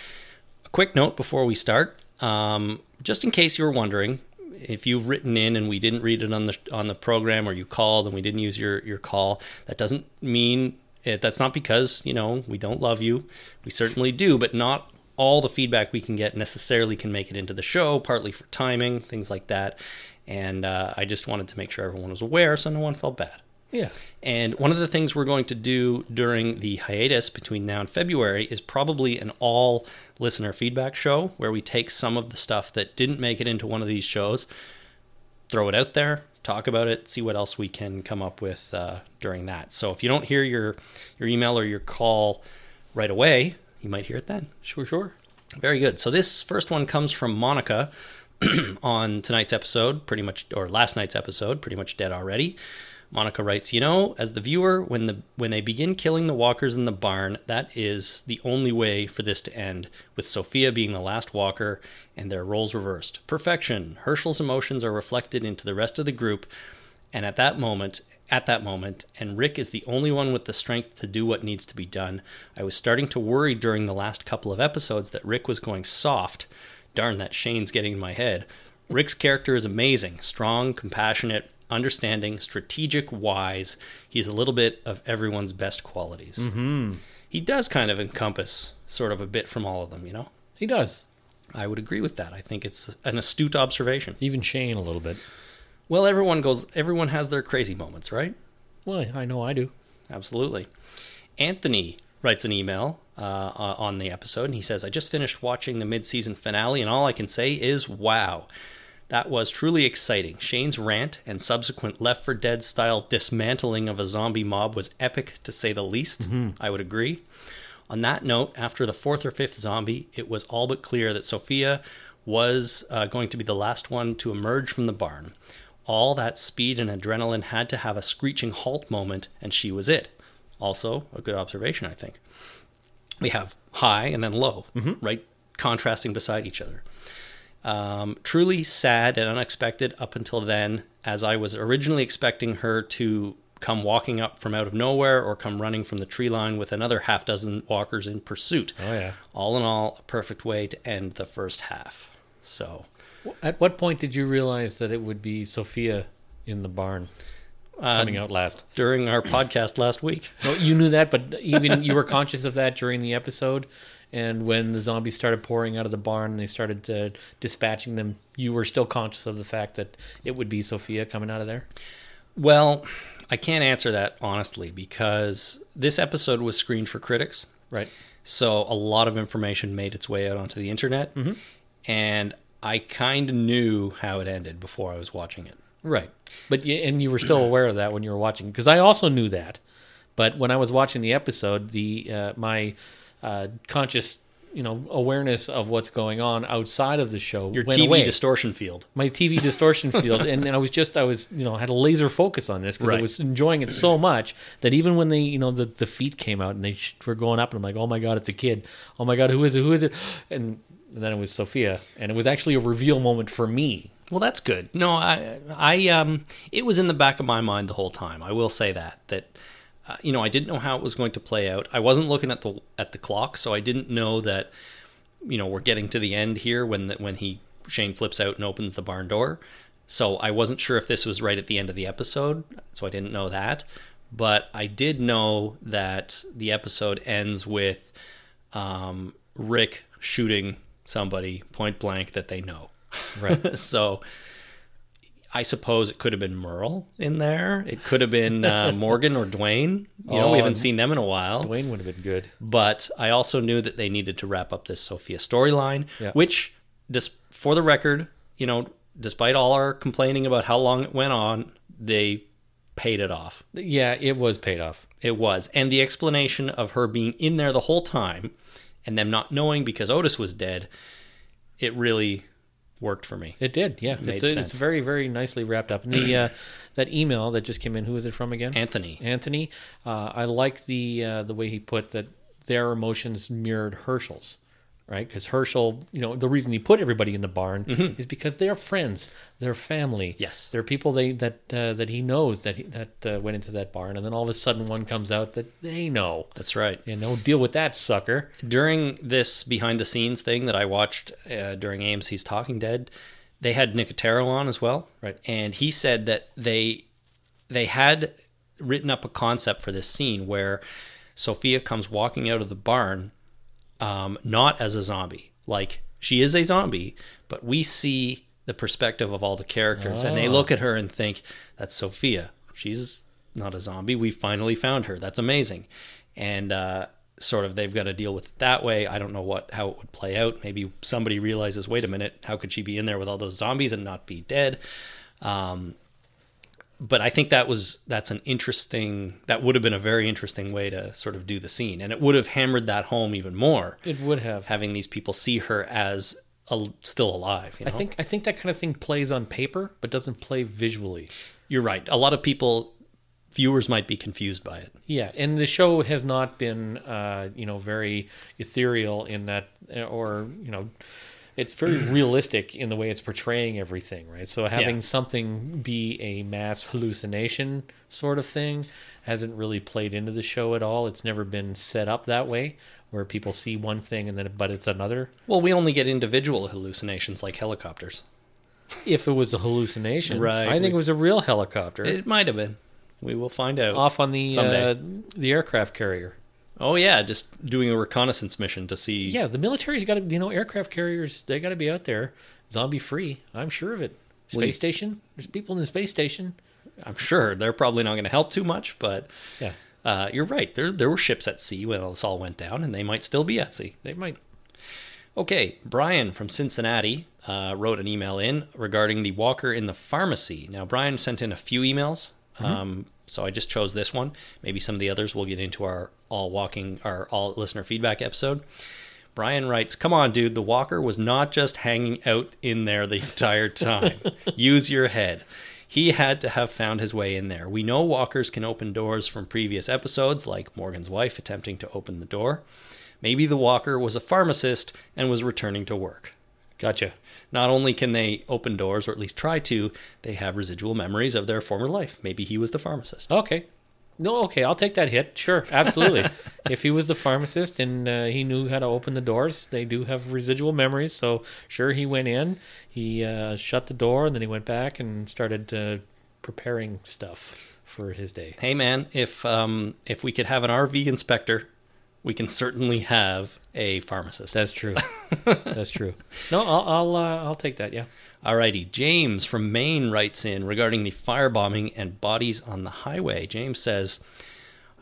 A quick note before we start, um, just in case you were wondering, if you've written in and we didn't read it on the on the program, or you called and we didn't use your your call, that doesn't mean it, that's not because you know we don't love you. We certainly do, but not all the feedback we can get necessarily can make it into the show. Partly for timing, things like that. And uh, I just wanted to make sure everyone was aware, so no one felt bad. yeah And one of the things we're going to do during the hiatus between now and February is probably an all listener feedback show where we take some of the stuff that didn't make it into one of these shows, throw it out there, talk about it, see what else we can come up with uh, during that. So if you don't hear your, your email or your call right away, you might hear it then. sure sure Very good. So this first one comes from Monica on tonight's episode, pretty much, or last night's episode, pretty much dead already. Monica writes, "You know, as the viewer, when the when they begin killing the walkers in the barn, that is the only way for this to end. With Sophia being the last walker and their roles reversed, perfection. Herschel's emotions are reflected into the rest of the group, and at that moment, at that moment, and Rick is the only one with the strength to do what needs to be done. I was starting to worry during the last couple of episodes that Rick was going soft. Darn, that Shane's getting in my head. Rick's character is amazing, strong, compassionate, understanding, strategic, wise. He's a little bit of everyone's best qualities. Mm-hmm. He does kind of encompass sort of a bit from all of them, you know? he does I would agree with that. I think it's an astute observation. even shane a little bit Well, everyone goes, everyone has their crazy moments, right? well i know i do Absolutely. Anthony writes an email uh, uh, on the episode, and he says, I just finished watching the mid season finale, and all I can say is, wow. That was truly exciting. Shane's rant and subsequent Left for Dead style dismantling of a zombie mob was epic, to say the least. I would agree. On that note, after the fourth or fifth zombie, it was all but clear that Sophia was uh, going to be the last one to emerge from the barn. All that speed and adrenaline had to have a screeching halt moment, and she was it. Also, a good observation, I think. We have high and then low, right? Contrasting beside each other. Um, truly sad and unexpected up until then, as I was originally expecting her to come walking up from out of nowhere or come running from the tree line with another half dozen walkers in pursuit. Oh, yeah. All in all, a perfect way to end the first half. So, at what point did you realize that it would be sophia in the barn coming out last during our podcast last week, no, you knew that but even you were conscious of that during the episode and when the zombies started pouring out of the barn and they started uh, dispatching them you were still conscious of the fact that it would be sophia coming out of there Well, I can't answer that honestly because this episode was screened for critics. Right. So a lot of information made its way out onto the internet. Mm-hmm. And I kind of knew how it ended before I was watching it. Right. But you, and you were still aware of that when you were watching because I also knew that. But when I was watching the episode, the uh, my uh, conscious you know awareness of what's going on outside of the show Your went TV away. distortion field. my TV distortion field, and, and I was just I was you know had a laser focus on this because I Right. was enjoying it so much that even when they you know the, the feet came out and they sh- were going up, and I'm like, oh my god, it's a kid. Oh my god, who is it? Who is it? And, then it was Sophia, and it was actually a reveal moment for me. Well, that's good. No, I, I, um, it was in the back of my mind the whole time. I will say that that, uh, you know, I didn't know how it was going to play out. I wasn't looking at the at the clock, so I didn't know that, you know, we're getting to the end here when the, when he Shane flips out and opens the barn door. So I wasn't sure if this was right at the end of the episode, so I didn't know that. But I did know that the episode ends with um, Rick shooting somebody point blank that they know. Right. So I suppose it could have been Merle in there. It could have been uh, Morgan or Dwayne. You know, Oh, we haven't and seen them in a while. Dwayne would have been good. But I also knew that they needed to wrap up this Sophia storyline, Yeah. which, dis- for the record, you know, despite all our complaining about how long it went on, they paid it off. Yeah, it was paid off. It was. And the explanation of her being in there the whole time and them not knowing because Otis was dead, it really worked for me. It did. Yeah, Made it's a, sense. it's very very nicely wrapped up. And the uh, that email that just came in. Who is it from again? Anthony. Anthony. Uh, I like the uh, the way he put that their emotions mirrored Herschel's, right? Because Herschel, you know, the reason he put everybody in the barn is because they're friends, they're family. Yes. they're people they that uh, that he knows that he, that uh, went into that barn, and then all of a sudden one comes out that they know. That's right. You know, deal with that sucker. during this behind the scenes thing that I watched uh, during AMC's Talking Dead, they had Nicotero on as well, Right. And he said that they they had written up a concept for this scene where Sophia comes walking out of the barn, um, not as a zombie, like she is a zombie, but we see the perspective of all the characters, and they look at her and think, "That's Sophia. She's not a zombie. We finally found her. That's amazing." And uh, sort of they've got to deal with it that way. I don't know what how it would play out. Maybe somebody realizes, "Wait a minute, how could she be in there with all those zombies and not be dead?" Um, but I think that was that's an interesting that would have been a very interesting way to sort of do the scene, and it would have hammered that home even more It would have. having these people see her as a, still alive. You know? I think I think that kind of thing plays on paper, but doesn't play visually. you're right. A lot of people, viewers, might be confused by it. Yeah, and the show has not been, uh, you know, very ethereal in that, uh, or you know, it's very realistic in the way it's portraying everything, right? So having Yeah. something be a mass hallucination sort of thing hasn't really played into the show at all. It's never been set up that way, where people see one thing and then but it's another. Well, we only get individual hallucinations like helicopters. If it was a hallucination, Right, I think we- it was a real helicopter It might have been. We will find out. off on the someday. uh, the aircraft carrier. oh yeah, just doing a reconnaissance mission to see. Yeah, the military's got to, you know, aircraft carriers, they got to be out there zombie free. I'm sure of it. Space Well, you- station, there's people in the space station. I'm sure they're probably not going to help too much, but Yeah, uh, you're right. There there were ships at sea when this all went down, and they might still be at sea. they might. Okay, Brian from Cincinnati uh, wrote an email in regarding the walker in the pharmacy. Now, Brian sent in a few emails, um, so I just chose this one. Maybe some of the others we'll get into our all walking, our all listener feedback episode. Brian writes, Come on, dude, the walker was not just hanging out in there the entire time. Use your head. He had to have found his way in there. We know walkers can open doors from previous episodes, like Morgan's wife attempting to open the door. Maybe the walker was a pharmacist and was returning to work. Gotcha. Not only can they open doors, or at least try to, they have residual memories of their former life. Maybe he was the pharmacist. Okay. No, okay, I'll take that hit. Sure, absolutely. if he was the pharmacist and uh, he knew how to open the doors, they do have residual memories. So, sure, he went in, he uh, shut the door, and then he went back and started uh, preparing stuff for his day. Hey man, if um, if we could have an RV inspector, we can certainly have a pharmacist. That's true. That's true. No, I'll I'll, uh, I'll take that. Yeah. Alrighty, James from Maine writes in regarding the firebombing and bodies on the highway. James says,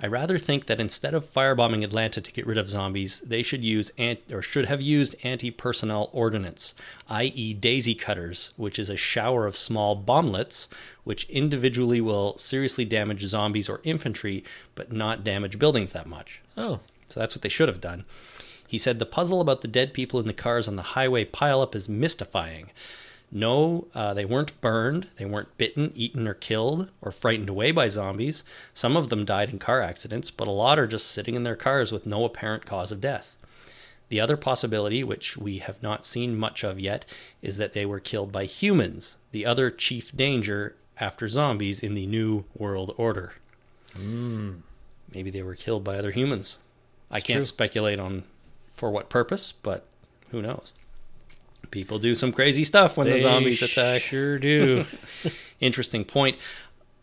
I rather think that instead of firebombing Atlanta to get rid of zombies, they should use ant- or should have used anti-personnel ordnance, i.e., daisy cutters, which is a shower of small bomblets, which individually will seriously damage zombies or infantry, but not damage buildings that much. Oh, So that's what they should have done. He said the puzzle about the dead people in the cars on the highway pileup is mystifying. No, uh, they weren't burned, they weren't bitten, eaten, or killed, or frightened away by zombies. Some of them died in car accidents, but a lot are just sitting in their cars with no apparent cause of death. The other possibility, which we have not seen much of yet, is that they were killed by humans, the other chief danger after zombies in the New World Order. Maybe they were killed by other humans. I can't true. speculate on for what purpose, but who knows? People do some crazy stuff when the they zombies attack. Sure do. Interesting point.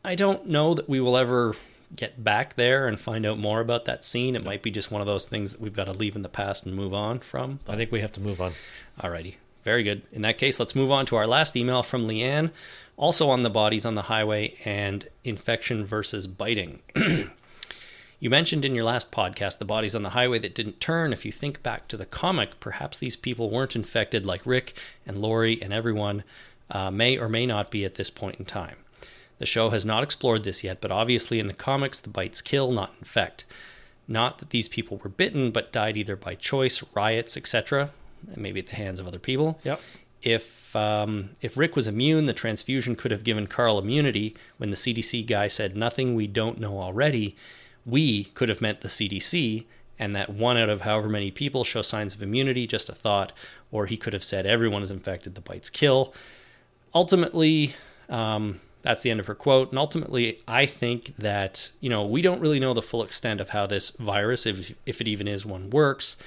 I don't know that we will ever get back there and find out more about that scene. It might be just one of those things that we've got to leave in the past and move on from. I think we have to move on. Alrighty. Very good. In that case, let's move on to our last email from Leanne, also on the bodies on the highway and infection versus biting. you mentioned in your last podcast the bodies on the highway that didn't turn. If you think back to the comic, perhaps these people weren't infected like Rick and Lori and everyone uh, may or may not be at this point in time. The show has not explored this yet, but obviously in the comics, the bites kill, not infect. Not that these people were bitten, but died either by choice, riots, etc., and maybe at the hands of other people. Yep. If um, if Rick was immune, the transfusion could have given Carl immunity. When the CDC guy said nothing we don't know already, we could have meant the CDC, and that one out of however many people show signs of immunity. Just a thought. Or he could have said everyone is infected. The bites kill ultimately, um, that's the end of her quote. And ultimately, I think that, you know, we don't really know the full extent of how this virus, if, if it even is one, works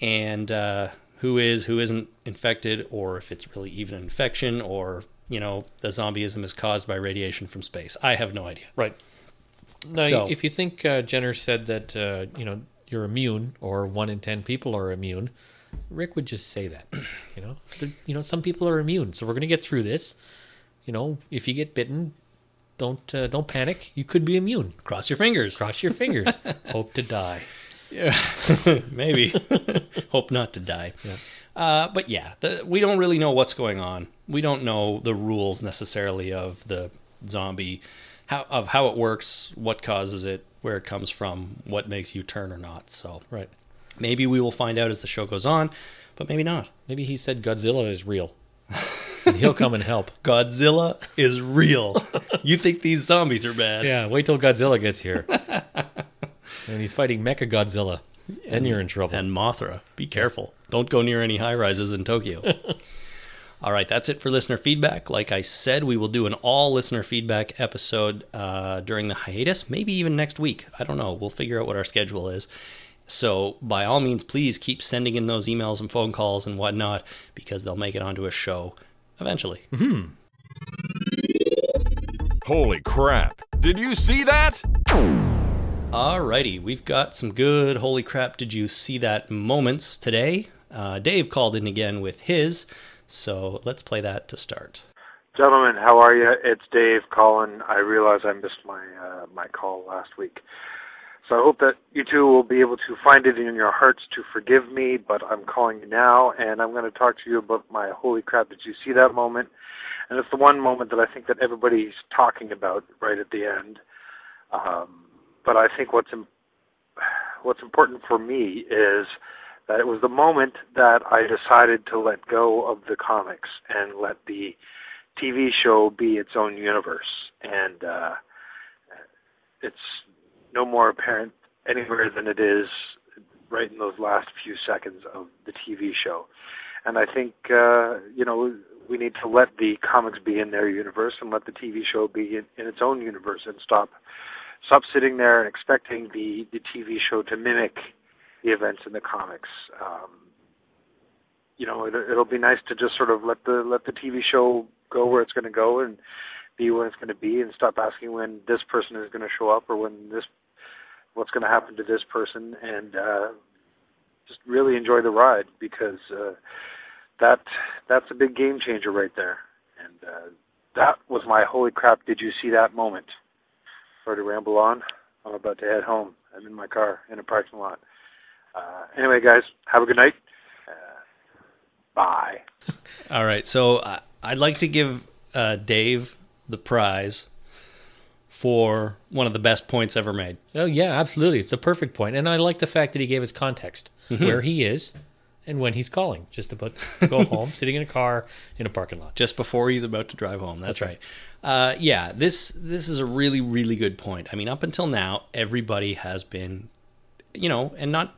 and uh, who is, who isn't infected, or if it's really even an infection, or, you know, the zombieism is caused by radiation from space. I have no idea. Right. Now, So- if you think uh, Jenner said that, uh, you know, you're immune or one in 10 people are immune, Rick would just say that, you know, The- you know, some people are immune. So we're going to get through this. You know, if you get bitten, don't uh, don't panic. You could be immune. Cross your fingers. Cross your fingers. Hope to die. Maybe. Hope not to die. Uh, but yeah, the, we don't really know what's going on. We don't know the rules necessarily of the zombie, how of how it works, what causes it, where it comes from, what makes you turn or not. So Right. maybe we will find out as the show goes on, but maybe not. Maybe he said Godzilla is real. and he'll come and help. Godzilla is real. you think these zombies are bad? Yeah, wait till Godzilla gets here. and he's fighting Mecha Godzilla. Then you're in trouble. and Mothra. Be careful. Don't go near any high rises in Tokyo. all right, that's it for listener feedback. Like I said, we will do an all listener feedback episode uh, during the hiatus, maybe even next week. I don't know. We'll figure out what our schedule is. So, by all means, please keep sending in those emails and phone calls and whatnot because they'll make it onto a show eventually. Holy crap! Did you see that? Alrighty, we've got some good holy crap, did you see that moments today? Uh, Dave called in again with his, so let's play that to start. Gentlemen, how are you? It's Dave calling. I realize I missed my uh, my call last week, so I hope that you two will be able to find it in your hearts to forgive me. But I'm calling you now, and I'm going to talk to you about my holy crap! Did you see that moment? And it's the one moment that I think that everybody's talking about right at the end. Um, but I think what's Im- what's important for me is that it was the moment that I decided to let go of the comics and let the TV show be its own universe, and uh, it's no more apparent anywhere than it is right in those last few seconds of the TV show. And I think uh, you know we need to let the comics be in their universe and let the TV show be in, in its own universe, and stop stop sitting there and expecting the the TV show to mimic the events in the comics. Um, you know it, it'll be nice to just sort of let the let the TV show go where it's going to go and be when it's going to be and stop asking when this person is going to show up or when this what's going to happen to this person and uh just really enjoy the ride because uh that that's a big game changer right there. And uh, that was my holy crap! Did you see that moment? Sorry to ramble on. I'm about to head home. I'm in my car in a parking lot. Uh, anyway, guys, have a good night. Uh, bye. All right. So I I'd like to give uh, Dave the prize for one of the best points ever made. Oh yeah, absolutely. It's a perfect point, and I like the fact that he gave us context where he is and when he's calling. Just about to go home, sitting in a car in a parking lot. just before he's about to drive home. That's right. Uh, yeah, this this is a really really good point. I mean, up until now, everybody has been, you know, and not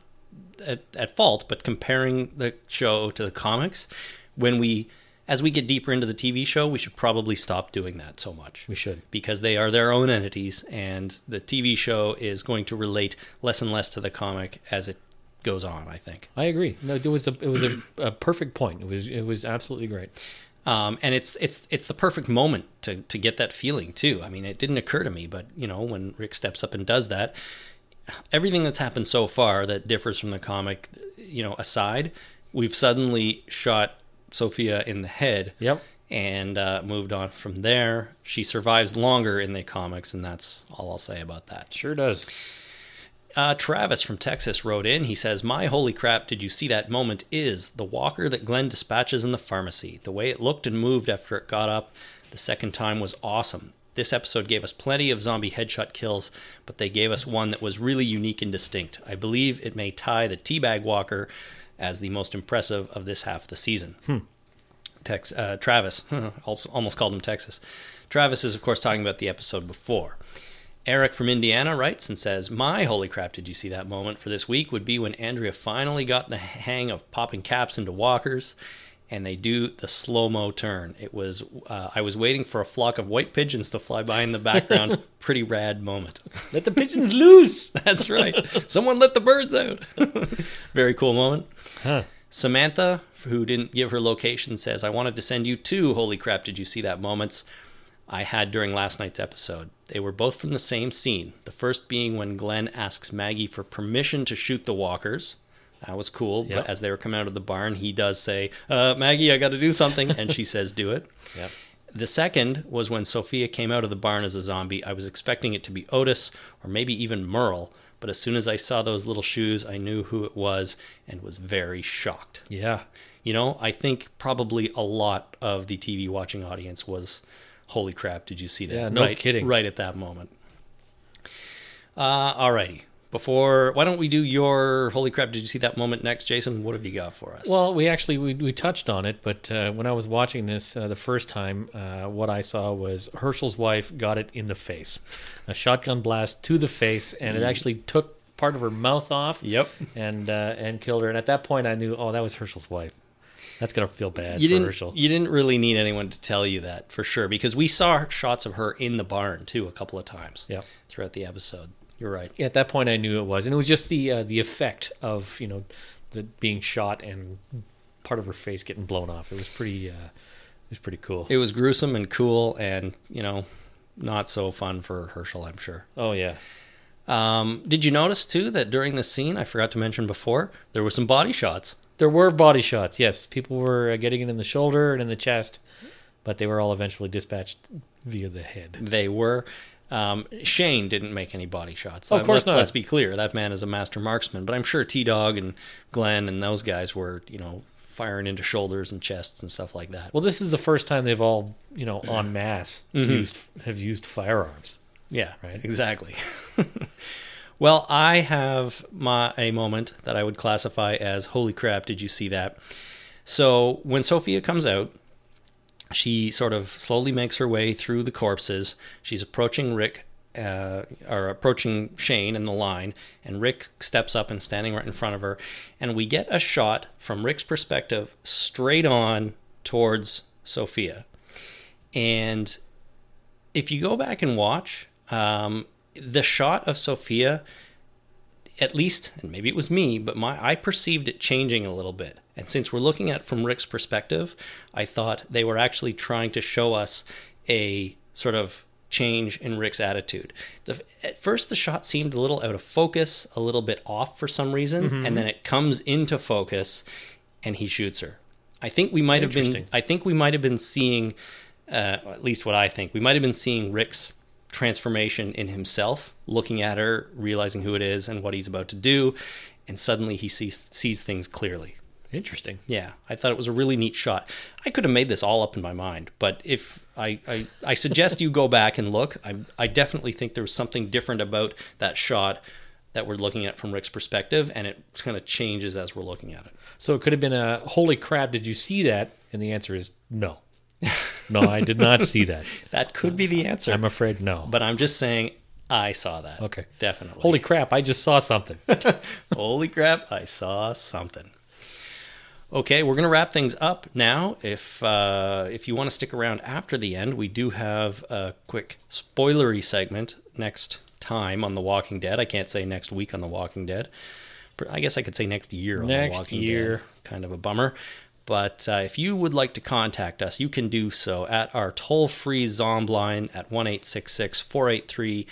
at, at fault, but comparing the show to the comics. When we, as we get deeper into the TV show, we should probably stop doing that so much. We should. because they are their own entities, and the TV show is going to relate less and less to the comic as it goes on. I think. I agree. No, it was a it was a, a perfect point. It was it was absolutely great. um, and it's it's it's the perfect moment to to get that feeling too. I mean, it didn't occur to me, but you know, when Rick steps up and does that, everything that's happened so far that differs from the comic, you know, aside, we've suddenly shot Sophia in the head. Yep. And uh, moved on from there. She survives longer in the comics, and that's all I'll say about that. Sure does. Uh, Travis from Texas wrote in. He says, My holy crap, did you see that moment? Is the walker that Glenn dispatches in the pharmacy. The way it looked and moved after it got up the second time was awesome. This episode gave us plenty of zombie headshot kills, but they gave us one that was really unique and distinct. I believe it may tie the teabag walker as the most impressive of this half of the season. Tex, uh, Travis, also, almost called him Texas. Travis is, of course, talking about the episode before. Eric from Indiana writes and says, My holy crap, did you see that moment for this week? Would be when Andrea finally got the hang of popping caps into walkers and they do the slow mo turn. It was, uh, I was waiting for a flock of white pigeons to fly by in the background. Pretty rad moment. Let the pigeons loose. That's right. Someone let the birds out. Very cool moment. Samantha, who didn't give her location, says, I wanted to send you two. Holy crap, did you see that moments I had during last night's episode? They were both from the same scene. The first being when Glenn asks Maggie for permission to shoot the walkers. That was cool. Yep. But as they were coming out of the barn, he does say, uh, Maggie, I got to do something. And she says, Do it. Yep. The second was when Sophia came out of the barn as a zombie. I was expecting it to be Otis or maybe even Merle, but as soon as I saw those little shoes, I knew who it was and was very shocked. Yeah. You know, I think probably a lot of the TV watching audience was, holy crap, did you see that? Yeah, no right, kidding. Right at that moment. Uh, alrighty. Before, why don't we do your holy crap, did you see that moment next, Jason? What have you got for us? Well, we actually we, we touched on it, but uh, when I was watching this uh, the first time, uh, what I saw was Herschel's wife got it in the face, a shotgun blast to the face, and it actually took part of her mouth off. Mm. Yep. And uh, and killed her. And at that point, I knew, oh, that was Herschel's wife. That's gonna feel bad you for didn't, Herschel. You didn't really need anyone to tell you that for sure, because we saw shots of her in the barn too a couple of times. Yeah. throughout the episode. You're right. Yeah, at that point I knew it was, and it was just the uh, the effect of you know the being shot and part of her face getting blown off. It was pretty. Uh, it was pretty cool. It was gruesome and cool, and you know, not so fun for Herschel, I'm sure. oh yeah, Um, did you notice too that during this scene, I forgot to mention before, there were some body shots. there were body shots. Yes, people were uh, getting it in the shoulder and in the chest, but they were all eventually dispatched via the head. They were. Um, Shane didn't make any body shots. Of course let's, not. Let's be clear. That man is a master marksman. But I'm sure T Dog and Glenn and those guys were, you know, firing into shoulders and chests and stuff like that. Well, this is the first time they've all you know en masse used have used firearms. Yeah, Right? Exactly. well, I have my a moment that I would classify as holy crap, did you see that? So, when Sophia comes out, she sort of slowly makes her way through the corpses. She's approaching Rick uh, or approaching Shane in the line, and Rick steps up and standing right in front of her. And we get a shot from Rick's perspective straight on towards Sophia. And if you go back and watch um, the shot of Sophia, at least, and maybe it was me, but my I perceived it changing a little bit. And since we're looking at it from Rick's perspective, I thought they were actually trying to show us a sort of change in Rick's attitude. The, at first, the shot seemed a little out of focus, a little bit off for some reason, and then it comes into focus, and he shoots her. I think we might have been. Interesting. I think we might have been seeing, uh, at least what I think, we might have been seeing Rick's transformation in himself, looking at her, realizing who it is and what he's about to do, and suddenly he sees sees things clearly. Interesting. Yeah, I thought it was a really neat shot. I could have made this all up in my mind, but if I I, I suggest you go back and look, I I definitely think there was something different about that shot that we're looking at from Rick's perspective, and it kind of changes as we're looking at it. So it could have been a holy crap, did you see that? And the answer is no. No, I did not see that. That could be the answer. I'm afraid no. but I'm just saying I saw that. Okay. Definitely. holy crap, I just saw something. Holy crap, I saw something. Okay, we're going to wrap things up now. If uh, if you want to stick around after the end, we do have a quick spoilery segment next time on The Walking Dead. I can't say next week on The Walking Dead. But I guess I could say next year on Next The Walking year. Dead. Kind of a bummer. But uh, if you would like to contact us, you can do so at our toll free Zomb line at 1 483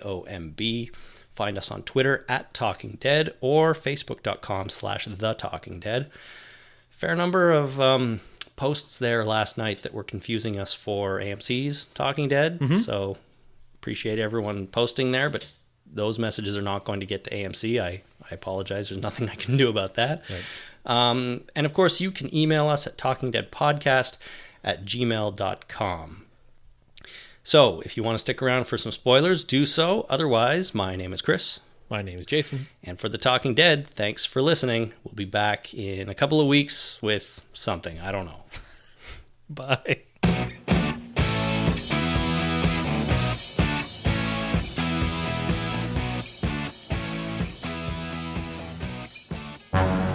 ZOMB. Find us on Twitter at Talking Dead or Facebook.com slash The Talking Dead. Fair number of um, posts there last night that were confusing us for AMC's Talking Dead. So appreciate everyone posting there, but those messages are not going to get to AMC. I, I apologize. There's nothing I can do about that. Um, and of course, you can email us at talkingdeadpodcast at gmail.com. So if you want to stick around for some spoilers, do so. Otherwise, my name is Chris. My name is Jason. And for The Talking Dead, thanks for listening. We'll be back in a couple of weeks with something. I don't know. Bye.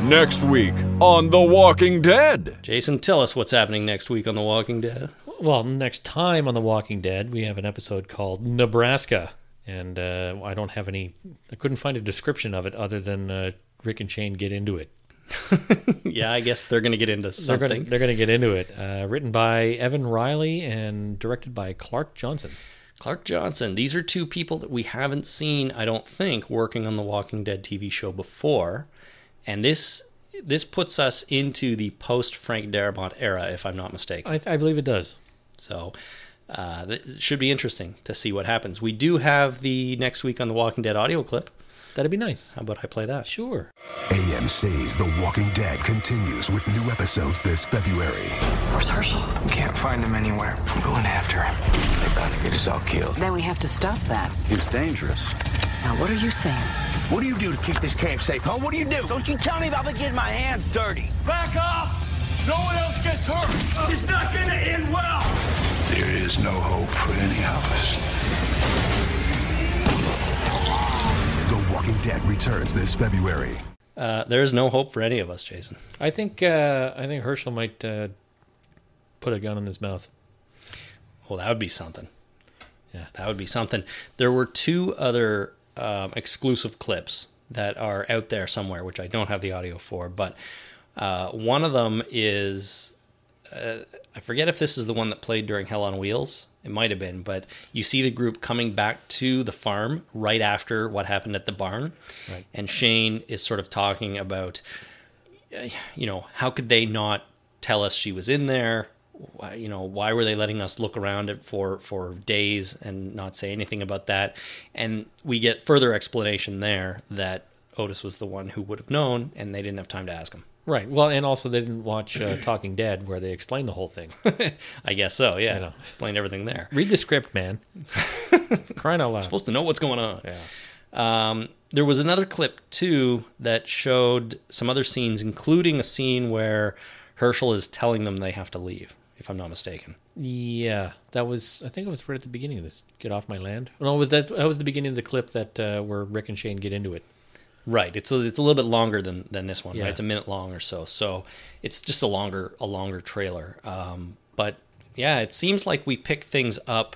Next week on The Walking Dead. Jason, tell us what's happening next week on The Walking Dead. Well, next time on The Walking Dead, we have an episode called Nebraska. And uh, I don't have any, I couldn't find a description of it other than uh, Rick and Shane get into it. yeah, I guess they're going to get into They're something. going to they're gonna get into it. Uh, written by Evan Riley and directed by Clark Johnson. Clark Johnson. These are two people that we haven't seen, I don't think, working on the Walking Dead TV show before, and this this puts us into the post Frank Darabont era, if I'm not mistaken. I, th- I believe it does. So. Uh, it should be interesting to see what happens. We do have the next week on the Walking Dead audio clip. That'd be nice. How about I play that? Sure. AMC's The Walking Dead continues with new episodes this February. Where's Herschel? Can't find him anywhere. I'm going after him. They're bound to get us all killed. Then we have to stop that. He's dangerous. Now, what are you saying? What do you do to keep this camp safe, huh? What do you do? Don't you tell me about to get my hands dirty. Back off! No one else gets hurt. This is not gonna end well. There is no hope for any of us. The Walking Dead returns this February. Uh, there is no hope for any of us, Jason. I think uh, I think Herschel might uh, put a gun in his mouth. Well, that would be something. Yeah. that would be something. There were two other um, exclusive clips that are out there somewhere, which I don't have the audio for, but uh, one of them is uh, I forget if this is the one that played during Hell on Wheels. It might have been, but you see the group coming back to the farm right after what happened at the barn, Right. and Shane is sort of talking about you know, how could they not tell us she was in there? Why, you know, why were they letting us look around it for for days and not say anything about that? And we get further explanation there that Otis was the one who would have known, and they didn't have time to ask him. Right. Well, and also they didn't watch uh, Talking Dead where they explain the whole thing. I guess so. Yeah, I know. explained everything there. Read the script, man. Crying out loud. supposed to know what's going on. Yeah. Um, there was another clip too that showed some other scenes, including a scene where Herschel is telling them they have to leave, if I'm not mistaken. Yeah, that was. I think it was right at the beginning of this. Get off my land. No, it was that? That was the beginning of the clip that uh, where Rick and Shane get into it. Right. It's a, it's a little bit longer than than this one. Yeah. Right? It's a minute long or so. So it's just a longer a longer trailer. Um, but yeah, it seems like we pick things up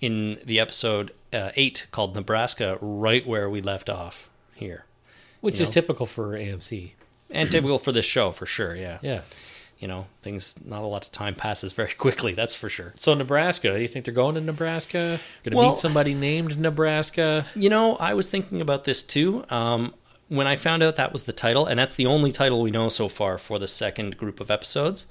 in the episode uh, eight called Nebraska, right where we left off here, Which You is know? typical for AMC. and typical for this show for sure. Yeah. Yeah. You know, things not a lot of time passes very quickly. That's for sure. So Nebraska, you think they're going to Nebraska? Going to Well- meet somebody named Nebraska? You know, I was thinking about this too. Um, when I found out that was the title, and that's the only title we know so far for the second group of episodes,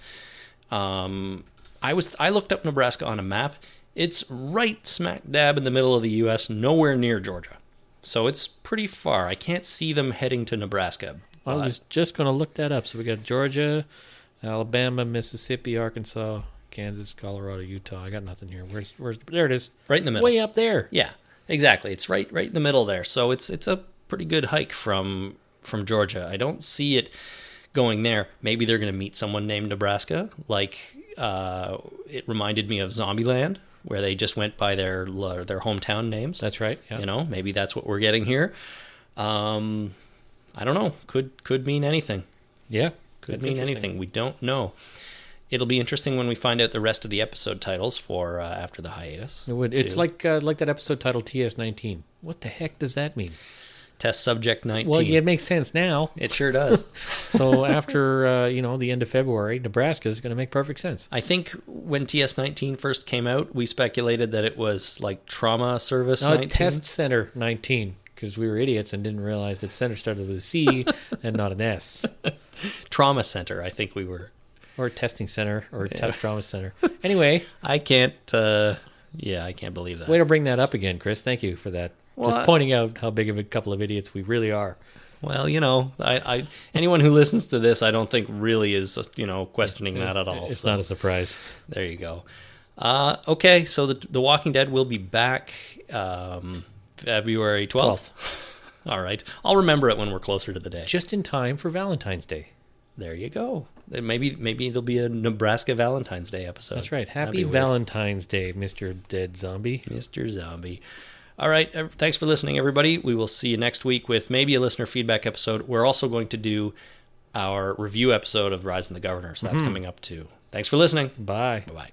um, I was I looked up Nebraska on a map. It's right smack dab in the middle of the U.S., nowhere near Georgia, so it's pretty far. I can't see them heading to Nebraska. I was just going to look that up. So we got Georgia, Alabama, Mississippi, Arkansas, Kansas, Colorado, Utah. I got nothing here. Where's where's there it is. Right in the middle. Way up there. Yeah, exactly. It's right right in the middle there. So it's it's a pretty good hike from from Georgia. I don't see it going there. Maybe they're going to meet someone named Nebraska. Like uh, it reminded me of Zombieland, where they just went by their lo- their hometown names. That's right. Yeah. You know, maybe that's what we're getting here. Um, I don't know. Could could mean anything. Yeah. Could That's mean interesting. anything. We don't know. It'll be interesting when we find out the rest of the episode titles for uh, after the hiatus. It would. It's to like uh, like that episode titled TS19. What the heck does that mean? test subject nineteen. Well, yeah, it makes sense now. It sure does. So after uh, you know the end of February, Nebraska is going to make perfect sense. I think when TS19 first came out, we speculated that it was like trauma service No, 19. Uh, test center 19 because we were idiots and didn't realize that center started with a C and not an S, trauma center. I think we were. or testing center or test trauma center. Anyway, I can't. Uh, yeah, I can't believe that. way to bring that up again, Chris. Thank you for that. Just pointing out how big of a couple of idiots we really are. Well, you know, I, I anyone who listens to this, I don't think really is you know questioning that at all. It's so not a surprise. there you go. Uh, okay, so the the Walking Dead will be back um, February twelfth. all right, I'll remember it when we're closer to the day. Just in time for Valentine's Day. There you go. Then Maybe maybe there'll be a Nebraska Valentine's Day episode. That's right. That'd Happy be weird. Valentine's Day, Mr. Dead Zombie. Mr. Zombie. All right. ev- Thanks for listening, everybody. We will see you next week with maybe a listener feedback episode. We're also going to do Mm-hmm. our review episode of Rise and the Governor. So that's coming up too. Thanks for listening. Bye. Bye bye.